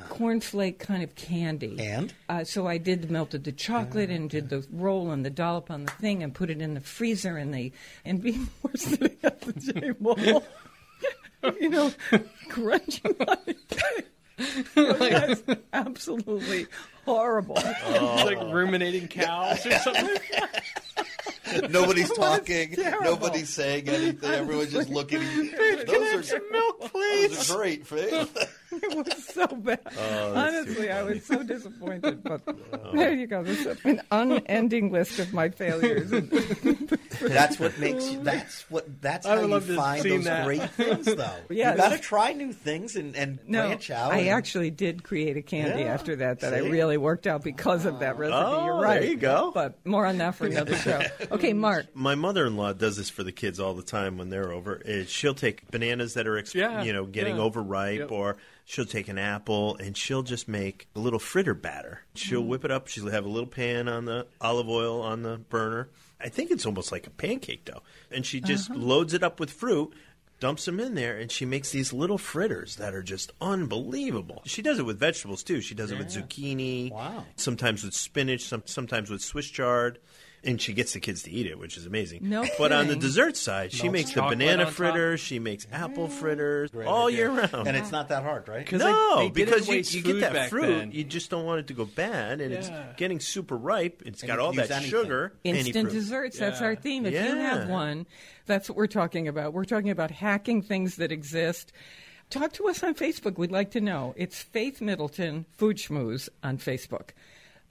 Speaker 1: cornflake kind of candy.
Speaker 5: And Oh,
Speaker 1: uh, so I did melted the chocolate and did the roll and the dollop on the thing, and put it in the freezer, and the and being more sitting at the table. you know, crunching on it. That's absolutely horrible.
Speaker 6: It's like ruminating cows or something.
Speaker 5: Nobody's
Speaker 6: That was
Speaker 5: talking.
Speaker 6: terrible.
Speaker 5: Nobody's saying anything. Everyone's just looking. at you.
Speaker 6: Can I
Speaker 5: Those are
Speaker 6: have some milk,
Speaker 5: Those are great, Faith.
Speaker 1: it was so bad.
Speaker 5: Oh, that's too Oh.
Speaker 1: Honestly, I was so disappointed. But there you go. This is an unending list of my failures.
Speaker 5: That's what makes you. That's what. That's
Speaker 1: Oh, I would
Speaker 5: how you
Speaker 1: love to have
Speaker 5: find
Speaker 1: seen
Speaker 5: those
Speaker 1: that.
Speaker 5: great things, though.
Speaker 1: Yes.
Speaker 5: You got to try new things and, and
Speaker 1: No,
Speaker 5: branch out.
Speaker 1: I
Speaker 5: and-
Speaker 1: actually did create a candy
Speaker 5: Yeah.
Speaker 1: after that that I
Speaker 5: See?
Speaker 1: really worked out because of that recipe.
Speaker 9: Oh,
Speaker 1: You're
Speaker 9: there
Speaker 1: right.
Speaker 9: you go.
Speaker 1: But more on that for another show. Okay, Mark.
Speaker 9: My mother-in-law does this for the kids all the time when they're over. Is she'll take bananas that are, ex-
Speaker 6: Yeah,
Speaker 9: you know, getting
Speaker 6: yeah.
Speaker 9: overripe,
Speaker 6: Yep.
Speaker 9: or she'll take an apple and she'll just make a little fritter batter. She'll
Speaker 1: Mm.
Speaker 9: whip it up. She'll have a little pan on the olive oil on the burner. I think it's almost like a pancake dough, and she just
Speaker 6: Uh-huh.
Speaker 9: loads it up with fruit. Dumps them in there, and she makes these little fritters that are just unbelievable. She does it with vegetables too. She does it with
Speaker 6: Yeah.
Speaker 9: zucchini. Wow. Sometimes with spinach. Some, sometimes with Swiss chard, and she gets the kids to eat it, which is amazing.
Speaker 6: No
Speaker 9: but on the
Speaker 6: kidding.
Speaker 9: dessert side, she
Speaker 6: Melts
Speaker 9: makes the
Speaker 6: chocolate
Speaker 9: banana
Speaker 6: on top.
Speaker 9: fritter, she makes apple fritters all
Speaker 5: idea.
Speaker 9: year round.
Speaker 5: And
Speaker 1: Uh-huh.
Speaker 5: it's not that hard, right?
Speaker 6: 'Cause they-
Speaker 9: no,
Speaker 6: they didn't
Speaker 9: because you,
Speaker 6: waste
Speaker 9: you get
Speaker 6: food
Speaker 9: that
Speaker 6: back
Speaker 9: fruit,
Speaker 6: then.
Speaker 9: you just don't want it to go bad, and
Speaker 6: Yeah.
Speaker 9: it's getting super ripe. It's
Speaker 5: And
Speaker 9: got
Speaker 5: you
Speaker 9: all
Speaker 5: can use
Speaker 9: that
Speaker 5: anything.
Speaker 9: sugar. any
Speaker 1: Instant
Speaker 9: fruit.
Speaker 1: desserts. That's our theme. If you
Speaker 9: Yeah.
Speaker 1: have one, that's what we're talking about. We're talking about hacking things that exist. Talk to us on Facebook. We'd like to know. It's Faith Middleton Food Schmooze on Facebook.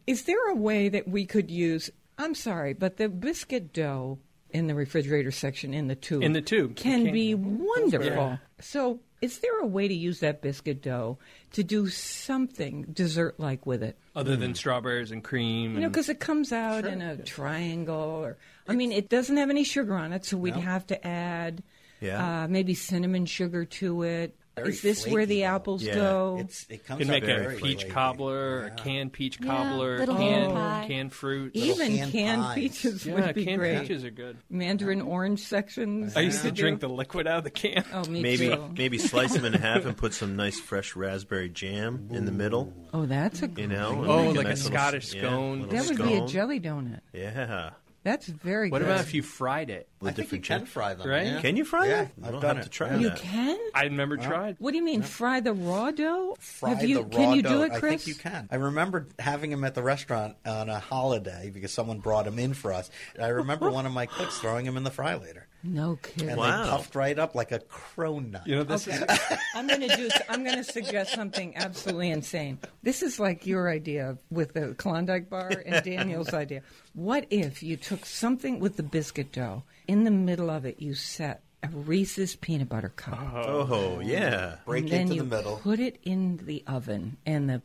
Speaker 1: Is there a way that we could use? I'm sorry, but the biscuit dough in the refrigerator section in the tube
Speaker 6: In the tube.
Speaker 1: can
Speaker 6: Can-
Speaker 1: be wonderful.
Speaker 6: Yeah.
Speaker 1: So, is there a way to use that biscuit dough to do something dessert like with it?
Speaker 6: Other than strawberries and cream.
Speaker 1: You know,
Speaker 6: and-
Speaker 1: because it comes out in a triangle, or I mean, it doesn't have any sugar on it, so we'd
Speaker 6: No.
Speaker 1: have to add,
Speaker 6: Yeah.
Speaker 1: uh, maybe cinnamon sugar to it. Is
Speaker 5: Very
Speaker 1: this where
Speaker 5: flaky,
Speaker 1: the
Speaker 5: though.
Speaker 1: apples
Speaker 6: Yeah.
Speaker 1: go?
Speaker 5: It's- it
Speaker 6: You
Speaker 5: comes
Speaker 6: can make
Speaker 5: out
Speaker 6: a
Speaker 5: very
Speaker 6: peach
Speaker 5: flaky.
Speaker 6: cobbler, a canned peach
Speaker 1: Yeah,
Speaker 6: cobbler,
Speaker 1: little
Speaker 6: canned,
Speaker 1: pie.
Speaker 6: canned fruit.
Speaker 1: Even Little canned canned pies. peaches
Speaker 6: yeah,
Speaker 1: would be
Speaker 6: canned
Speaker 1: great.
Speaker 6: peaches are good.
Speaker 1: Mandarin orange sections.
Speaker 6: I used to
Speaker 1: you do?
Speaker 6: drink the liquid out of the can.
Speaker 1: Oh, me
Speaker 9: Maybe
Speaker 1: too.
Speaker 9: maybe slice them in half and put some nice fresh raspberry jam in the middle.
Speaker 1: Oh, that's a
Speaker 9: You know,
Speaker 6: Oh,
Speaker 9: make
Speaker 6: like a
Speaker 9: nice little-
Speaker 6: Scottish
Speaker 9: yeah,
Speaker 6: scone.
Speaker 9: little
Speaker 1: that would be a
Speaker 9: scone.
Speaker 1: jelly donut.
Speaker 9: Yeah.
Speaker 1: That's very
Speaker 6: What
Speaker 1: good.
Speaker 6: about if you fried it?
Speaker 9: With different you can
Speaker 5: fry them,
Speaker 6: right?
Speaker 5: yeah.
Speaker 9: Can you fry
Speaker 5: Yeah,
Speaker 9: them?
Speaker 5: I've
Speaker 9: We'll
Speaker 5: done
Speaker 9: have to
Speaker 5: it.
Speaker 9: try
Speaker 5: Yeah.
Speaker 1: You
Speaker 9: that.
Speaker 1: can?
Speaker 6: I've never tried.
Speaker 1: What do you mean, fry the raw dough?
Speaker 5: Fry
Speaker 1: Have you,
Speaker 5: the raw
Speaker 1: can you
Speaker 5: dough.
Speaker 1: do it, Chris?
Speaker 5: I think you can. I remember having him at the restaurant on a holiday because someone brought him in for us. And I remember one of my cooks throwing him in the fry later.
Speaker 1: No kidding.
Speaker 5: And they puffed right up like a crow nut.
Speaker 6: You know, this
Speaker 1: Okay. I'm going to do. I'm going to suggest something absolutely insane. This is like your idea with the Klondike bar and Daniel's idea. What if you took something with the biscuit dough in the middle of it? You set a Reese's peanut butter cup.
Speaker 9: Oh, yeah. Break
Speaker 1: and then
Speaker 9: into the
Speaker 1: you
Speaker 9: middle.
Speaker 1: Put it in the oven and the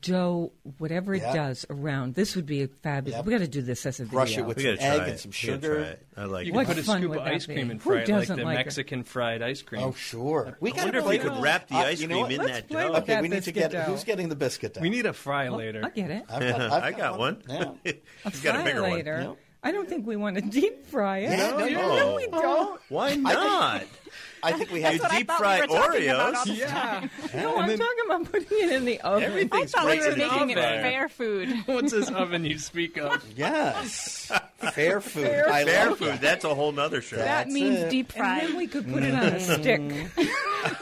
Speaker 1: dough, whatever it
Speaker 9: Yeah.
Speaker 1: does around. This would be a fabulous.
Speaker 9: Yep.
Speaker 1: We got to do this as a video.
Speaker 5: Brush it with
Speaker 9: We
Speaker 5: some
Speaker 9: gotta
Speaker 5: egg
Speaker 9: try
Speaker 5: and
Speaker 9: it.
Speaker 5: some
Speaker 9: We gotta
Speaker 5: sugar.
Speaker 9: try it. I like
Speaker 6: you
Speaker 9: it.
Speaker 6: can
Speaker 1: What
Speaker 6: put a
Speaker 1: fun
Speaker 6: scoop
Speaker 1: would
Speaker 6: of
Speaker 1: that
Speaker 6: ice cream
Speaker 1: be?
Speaker 6: and
Speaker 1: Who
Speaker 6: fry it like the
Speaker 1: doesn't like it?
Speaker 6: Mexican fried ice cream.
Speaker 5: Oh, sure. Uh, We
Speaker 9: I wonder if we could wrap the ice cream in that dough.
Speaker 5: Okay, we need to get who's getting the biscuit dough.
Speaker 6: We need a fry later.
Speaker 1: I get it.
Speaker 5: I've got- I've
Speaker 9: I
Speaker 5: got
Speaker 9: got one. She's got
Speaker 1: Fry
Speaker 9: a bigger
Speaker 1: later.
Speaker 9: one.
Speaker 1: I don't think we want to deep fry it.
Speaker 9: Yeah,
Speaker 1: no,
Speaker 9: no.
Speaker 1: we don't.
Speaker 9: Why not?
Speaker 5: I think we have
Speaker 1: That's what I
Speaker 5: deep
Speaker 1: thought we
Speaker 5: fried
Speaker 1: were talking about all the
Speaker 5: Oreos.
Speaker 8: Yeah.
Speaker 1: No, I'm talking about putting it in the oven.
Speaker 4: I
Speaker 9: Everything's
Speaker 4: thought we
Speaker 9: great
Speaker 4: were
Speaker 9: in the
Speaker 4: making it
Speaker 9: oven.
Speaker 4: fair food.
Speaker 6: What's this oven you speak of?
Speaker 5: Yes. Fair food. I
Speaker 9: Fair
Speaker 5: love
Speaker 9: food.
Speaker 5: that.
Speaker 9: That's a whole nother show.
Speaker 4: That
Speaker 5: That's
Speaker 4: means
Speaker 5: it.
Speaker 4: deep
Speaker 1: And
Speaker 4: fried.
Speaker 1: then we could put it on a stick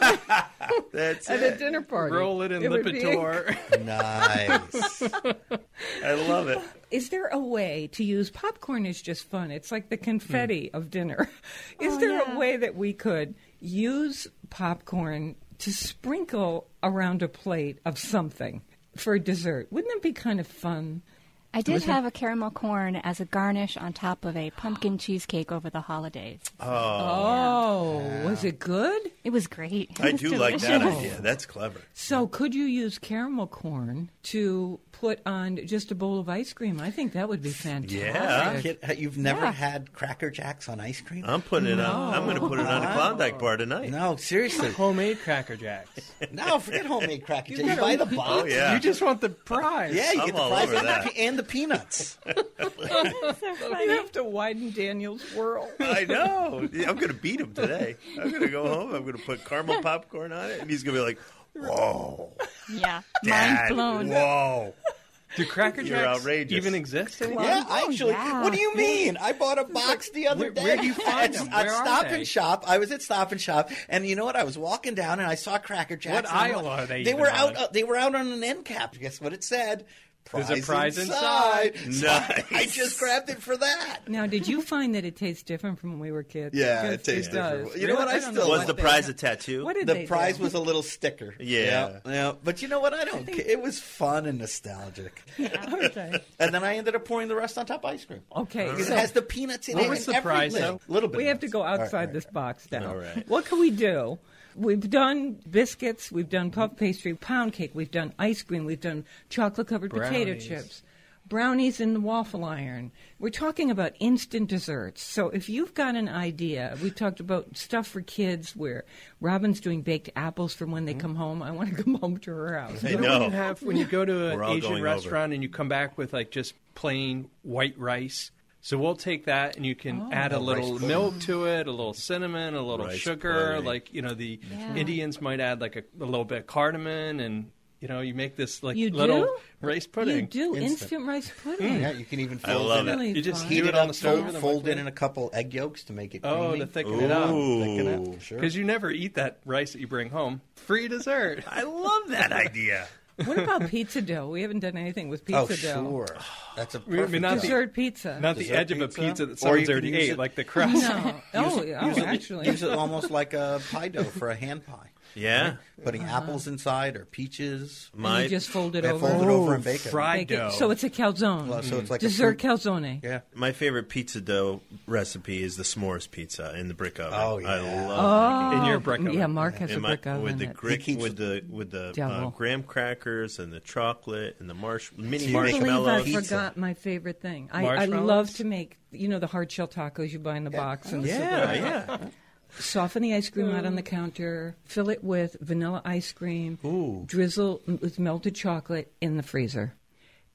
Speaker 9: That's
Speaker 1: at
Speaker 9: it.
Speaker 1: a dinner party.
Speaker 6: Roll it in
Speaker 1: would be-
Speaker 6: Lipitor.
Speaker 5: Nice.
Speaker 9: I love it.
Speaker 1: Is there a way to use popcorn? Is just fun. It's like the confetti of dinner. Is there
Speaker 4: yeah.
Speaker 1: a way that we could use popcorn to sprinkle around a plate of something for dessert? Wouldn't that be kind of fun?
Speaker 4: I did have a caramel corn as a garnish on top of a pumpkin cheesecake over the holidays.
Speaker 1: Oh, was it good?
Speaker 4: It was great. It
Speaker 9: I
Speaker 4: was
Speaker 9: do like that
Speaker 4: delicious.
Speaker 9: idea. That's clever.
Speaker 1: So, could you use caramel corn to put on just a bowl of ice cream? I think that would be fantastic.
Speaker 9: Yeah.
Speaker 5: Kid, ha- you've never
Speaker 1: Yeah.
Speaker 5: had Cracker Jacks on ice cream?
Speaker 9: I'm putting it on. I'm going to put it on a Klondike bar tonight.
Speaker 5: no, seriously.
Speaker 6: Homemade Cracker Jacks.
Speaker 5: no, forget homemade Cracker Jacks. You buy the box.
Speaker 9: Oh yeah.
Speaker 6: You just want the prize.
Speaker 5: Yeah, you
Speaker 9: I'm
Speaker 5: get the
Speaker 9: all
Speaker 5: fries
Speaker 9: over
Speaker 5: and,
Speaker 9: that.
Speaker 5: The, pe- and the peanuts.
Speaker 1: You have to widen Daniel's world.
Speaker 9: I know. Yeah, I'm going to beat him today. I'm going to go home. I'm going to put caramel popcorn on it, and he's going to be like, "Whoa,
Speaker 4: Yeah. Mind
Speaker 9: Dad,
Speaker 4: blown.
Speaker 9: Whoa."
Speaker 6: Do Cracker
Speaker 9: You're
Speaker 6: Jacks
Speaker 9: outrageous.
Speaker 6: even exist anymore?
Speaker 5: yeah, actually.
Speaker 4: yeah.
Speaker 5: What do you mean? I bought a box the other
Speaker 6: where-
Speaker 5: day.
Speaker 6: where do you find
Speaker 5: at,
Speaker 6: them?
Speaker 5: at
Speaker 6: Where are
Speaker 5: Stop
Speaker 6: they?
Speaker 5: and Shop. I was at Stop and Shop, and you know what? I was walking down, and I saw Cracker Jacks.
Speaker 6: What
Speaker 5: and I'm
Speaker 6: aisle
Speaker 5: like-
Speaker 6: are they
Speaker 5: They
Speaker 6: even
Speaker 5: were
Speaker 6: on?
Speaker 5: out. uh, they were out on an end cap. Guess what it said? Prize
Speaker 6: There's a prize
Speaker 5: inside. So
Speaker 9: Nice.
Speaker 5: I just grabbed it for that.
Speaker 1: Now, did you find that it tastes different from when we were kids?
Speaker 5: Yeah,
Speaker 1: Because
Speaker 5: it tastes different.
Speaker 1: does.
Speaker 5: You know what? I
Speaker 1: don't
Speaker 5: still-
Speaker 9: Was
Speaker 1: what
Speaker 9: the
Speaker 1: they-
Speaker 9: prize a tattoo?
Speaker 1: What did
Speaker 5: The
Speaker 1: they
Speaker 5: prize
Speaker 1: do?
Speaker 5: was a little sticker.
Speaker 9: Yeah.
Speaker 5: yeah, yeah. But you know what? I don't. care. It was fun and nostalgic.
Speaker 1: okay.
Speaker 5: and then I ended up pouring the rest on top of ice cream.
Speaker 1: Okay,
Speaker 5: Because
Speaker 1: so-
Speaker 5: it has the peanuts in
Speaker 6: What
Speaker 5: it.
Speaker 6: was
Speaker 5: and
Speaker 6: the prize,
Speaker 5: everything.
Speaker 6: though?
Speaker 5: Little bit.
Speaker 1: We
Speaker 5: of
Speaker 1: have to
Speaker 5: nuts.
Speaker 1: go
Speaker 5: All right,
Speaker 1: outside
Speaker 5: all right.
Speaker 1: this box now.
Speaker 9: All right.
Speaker 1: What can we do? We've done biscuits, we've done puff pastry, pound cake, we've done ice cream, we've done chocolate covered potato
Speaker 6: Brownies.
Speaker 1: chips, brownies in the waffle iron. We're talking about instant desserts. So if you've got an idea, we talked about stuff for kids where Robin's doing baked apples for when they come home. I want to come home to her house.
Speaker 9: I
Speaker 6: You know what you
Speaker 9: know.
Speaker 6: have when you go to an
Speaker 9: We're all
Speaker 6: Asian
Speaker 9: going
Speaker 6: restaurant and you come back with like just plain white rice. So we'll take that and you can add a little milk to it, a little cinnamon, a little
Speaker 9: Oh, Rice
Speaker 6: sugar.
Speaker 9: pudding.
Speaker 6: Like you know, the Indians might add like a, a little bit of cardamom, and you know, you make this like
Speaker 1: You
Speaker 6: little
Speaker 1: do?
Speaker 6: rice pudding.
Speaker 1: You do instant, rice pudding.
Speaker 5: Yeah, you can even fold
Speaker 9: love
Speaker 5: it.
Speaker 9: it.
Speaker 5: in-
Speaker 1: Really
Speaker 6: You just
Speaker 1: fun.
Speaker 6: heat
Speaker 5: Heat
Speaker 6: it on the stove.
Speaker 5: fold,
Speaker 6: in the
Speaker 5: fold
Speaker 6: microwave.
Speaker 5: in a couple egg yolks to make it creamy.
Speaker 6: Oh, to thicken it up.
Speaker 5: Thicken it
Speaker 9: Ooh.
Speaker 5: up. Sure.
Speaker 6: Because you never eat that rice that you bring home. Free dessert.
Speaker 9: I love that idea.
Speaker 1: What about pizza dough? We haven't done anything with pizza
Speaker 5: Oh,
Speaker 1: dough.
Speaker 5: sure. That's a
Speaker 6: mean,
Speaker 5: perfect
Speaker 6: not the-
Speaker 5: job.
Speaker 1: Dessert pizza.
Speaker 6: Not the
Speaker 5: Dessert
Speaker 6: edge of a
Speaker 5: pizza?
Speaker 6: pizza that
Speaker 5: Or you
Speaker 6: someone's
Speaker 5: could
Speaker 6: already
Speaker 5: use
Speaker 6: ate,
Speaker 5: it-
Speaker 6: like the crust.
Speaker 1: No. oh, yeah,
Speaker 5: Use
Speaker 1: oh,
Speaker 5: it-
Speaker 1: actually.
Speaker 5: use it almost like a pie dough for a hand pie.
Speaker 9: Yeah.
Speaker 5: Putting apples inside or peaches.
Speaker 9: My
Speaker 1: you just fold it
Speaker 5: and
Speaker 1: over.
Speaker 5: fold it over and bake it.
Speaker 6: Fried
Speaker 1: Bake it-
Speaker 6: dough.
Speaker 1: So it's a calzone.
Speaker 5: Well, so it's like a
Speaker 1: dessert
Speaker 5: fruit-
Speaker 1: calzone.
Speaker 5: Yeah.
Speaker 9: my favorite pizza dough recipe is the s'mores pizza in the brick oven.
Speaker 5: Oh,
Speaker 9: I
Speaker 5: yeah.
Speaker 9: love
Speaker 6: in your brick oven.
Speaker 1: Yeah, Mark Oh, has
Speaker 9: making-
Speaker 1: a
Speaker 9: in my-
Speaker 1: brick oven.
Speaker 9: with the
Speaker 1: that-
Speaker 9: grick,
Speaker 5: keeps-
Speaker 9: with the with the uh,
Speaker 1: Devil.
Speaker 9: graham crackers and the chocolate and the marsh mini
Speaker 5: Do you
Speaker 1: I believe I
Speaker 9: marshmallows.
Speaker 1: forgot my favorite thing. I, I
Speaker 6: Marshmallows?
Speaker 1: love to make, you know, the hard shell tacos you buy in the box. And
Speaker 9: Yeah, yeah.
Speaker 1: Soften the ice cream out on the counter, fill it with vanilla ice cream, drizzle m- with melted chocolate in the freezer.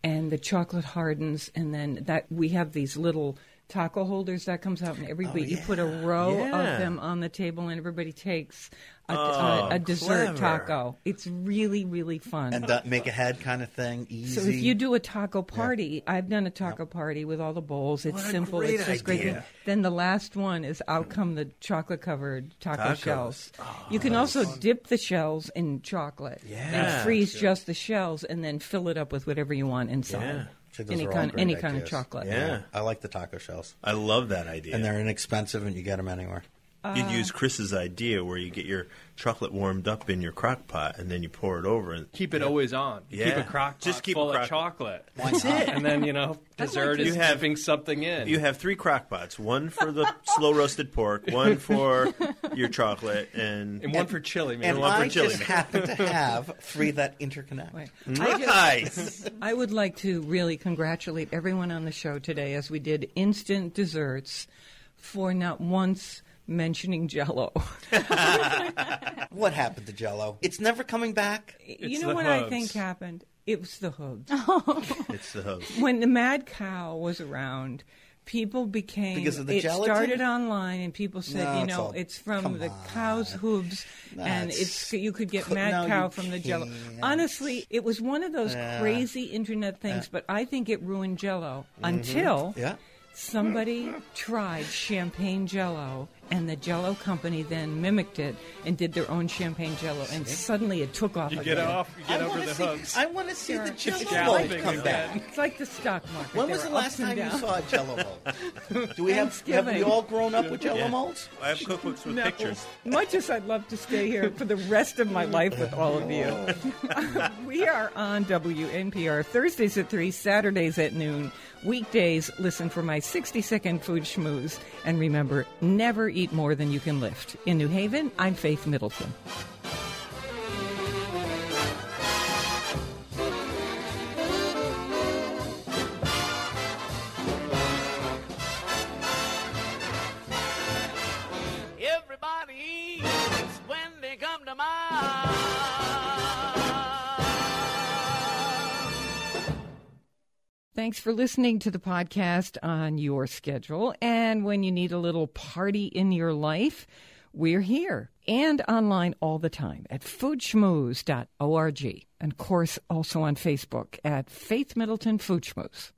Speaker 1: And the chocolate hardens, and then that we have these little taco holders that comes out, and every week you put a row
Speaker 9: Oh, Yeah. Oh,
Speaker 1: of them on the table, and everybody takes a, a, a dessert
Speaker 9: clever.
Speaker 1: taco. It's really, really fun.
Speaker 5: And that make ahead kind of thing. Easy.
Speaker 1: So if you do a taco party, I've done a taco party with all the bowls. It's
Speaker 9: What a
Speaker 1: simple.
Speaker 9: great
Speaker 1: it's just great.
Speaker 9: idea.
Speaker 1: thing. Then the last one is out come the chocolate covered taco
Speaker 9: Tacos. Ah,
Speaker 1: shells. you can also dip the shells in chocolate
Speaker 9: Yeah.
Speaker 1: and freeze just the shells and then fill it up with whatever you want inside.
Speaker 5: See, those
Speaker 1: Any
Speaker 5: are all
Speaker 1: kind,
Speaker 5: great
Speaker 1: any kind of
Speaker 5: ideas.
Speaker 1: chocolate.
Speaker 9: Yeah.
Speaker 5: I like the taco shells.
Speaker 9: I love that idea.
Speaker 5: And they're inexpensive and you get them anywhere.
Speaker 1: Uh.
Speaker 9: You'd use Chris's idea where you get your chocolate warmed up in your crock pot and then you pour it over. And
Speaker 6: keep it always on.
Speaker 9: Yeah.
Speaker 6: Keep a crock pot
Speaker 9: Just keep a
Speaker 6: full
Speaker 9: crock-
Speaker 6: of chocolate.
Speaker 9: that's it.
Speaker 6: And then, you know, dessert
Speaker 9: to-
Speaker 6: is
Speaker 9: You have-
Speaker 6: having something in.
Speaker 9: You have three crock pots one for the slow roasted pork, one for your chocolate, and,
Speaker 6: and one for chili, man.
Speaker 5: And
Speaker 9: one for
Speaker 5: I
Speaker 9: chili
Speaker 5: just
Speaker 9: mix.
Speaker 5: happen to have three that interconnect.
Speaker 1: Right. Mm-hmm. I just-
Speaker 9: nice.
Speaker 1: I would like to really congratulate everyone on the show today as we did instant desserts for not once mentioning jello.
Speaker 5: What happened to Jello? It's never coming back.
Speaker 1: you know
Speaker 6: the
Speaker 1: what I think
Speaker 6: hooves.
Speaker 1: happened? It was the hooves.
Speaker 9: it's the host.
Speaker 1: when the mad cow was around, People became
Speaker 5: Because of the
Speaker 1: it
Speaker 5: gelatin?
Speaker 1: started online and people said,
Speaker 5: No,
Speaker 1: you
Speaker 5: it's
Speaker 1: know,
Speaker 5: all-
Speaker 1: it's from
Speaker 5: come
Speaker 1: the cow's hooves and
Speaker 5: That's-
Speaker 1: it's you could get
Speaker 5: co-
Speaker 1: mad
Speaker 5: no,
Speaker 1: cow
Speaker 5: you
Speaker 1: from the jello.
Speaker 5: can't.
Speaker 1: Honestly, it was one of those
Speaker 5: Yeah.
Speaker 1: crazy internet things,
Speaker 5: Yeah. Mm-hmm.
Speaker 1: but I think it ruined jello until
Speaker 5: Yeah.
Speaker 1: somebody tried champagne jello and the jello company then mimicked it and did their own champagne jello and suddenly it took off
Speaker 6: You
Speaker 1: again.
Speaker 6: get off, you get
Speaker 5: I
Speaker 6: over
Speaker 5: wanna
Speaker 6: the
Speaker 5: see-
Speaker 6: hooks.
Speaker 5: I want to see the Jello
Speaker 6: scalloping
Speaker 5: Bowl come
Speaker 6: again.
Speaker 5: back.
Speaker 1: It's like the stock market.
Speaker 5: When
Speaker 1: There
Speaker 5: was the
Speaker 1: are ups
Speaker 5: last
Speaker 1: and
Speaker 5: time you
Speaker 1: downs.
Speaker 5: saw a Jello mold? Do we have have we
Speaker 1: Thanksgiving.
Speaker 5: all grown up with Jello
Speaker 9: Yeah.
Speaker 5: molds?
Speaker 9: I have cookbooks with pictures.
Speaker 1: Much as I'd love to stay here for the rest of my life with all of you. we are on WNPR Thursdays at 3, Saturdays at noon. Weekdays, listen for my 60 second food schmooze. And remember, never eat more than you can lift. In New Haven, I'm Faith Middleton.
Speaker 8: Everybody eats when they come to mind.
Speaker 1: Thanks for listening to the podcast on your schedule. And when you need a little party in your life, we're here and online all the time at foodschmooze.org. And of course, also on Facebook at Faith Middleton Food Schmooze.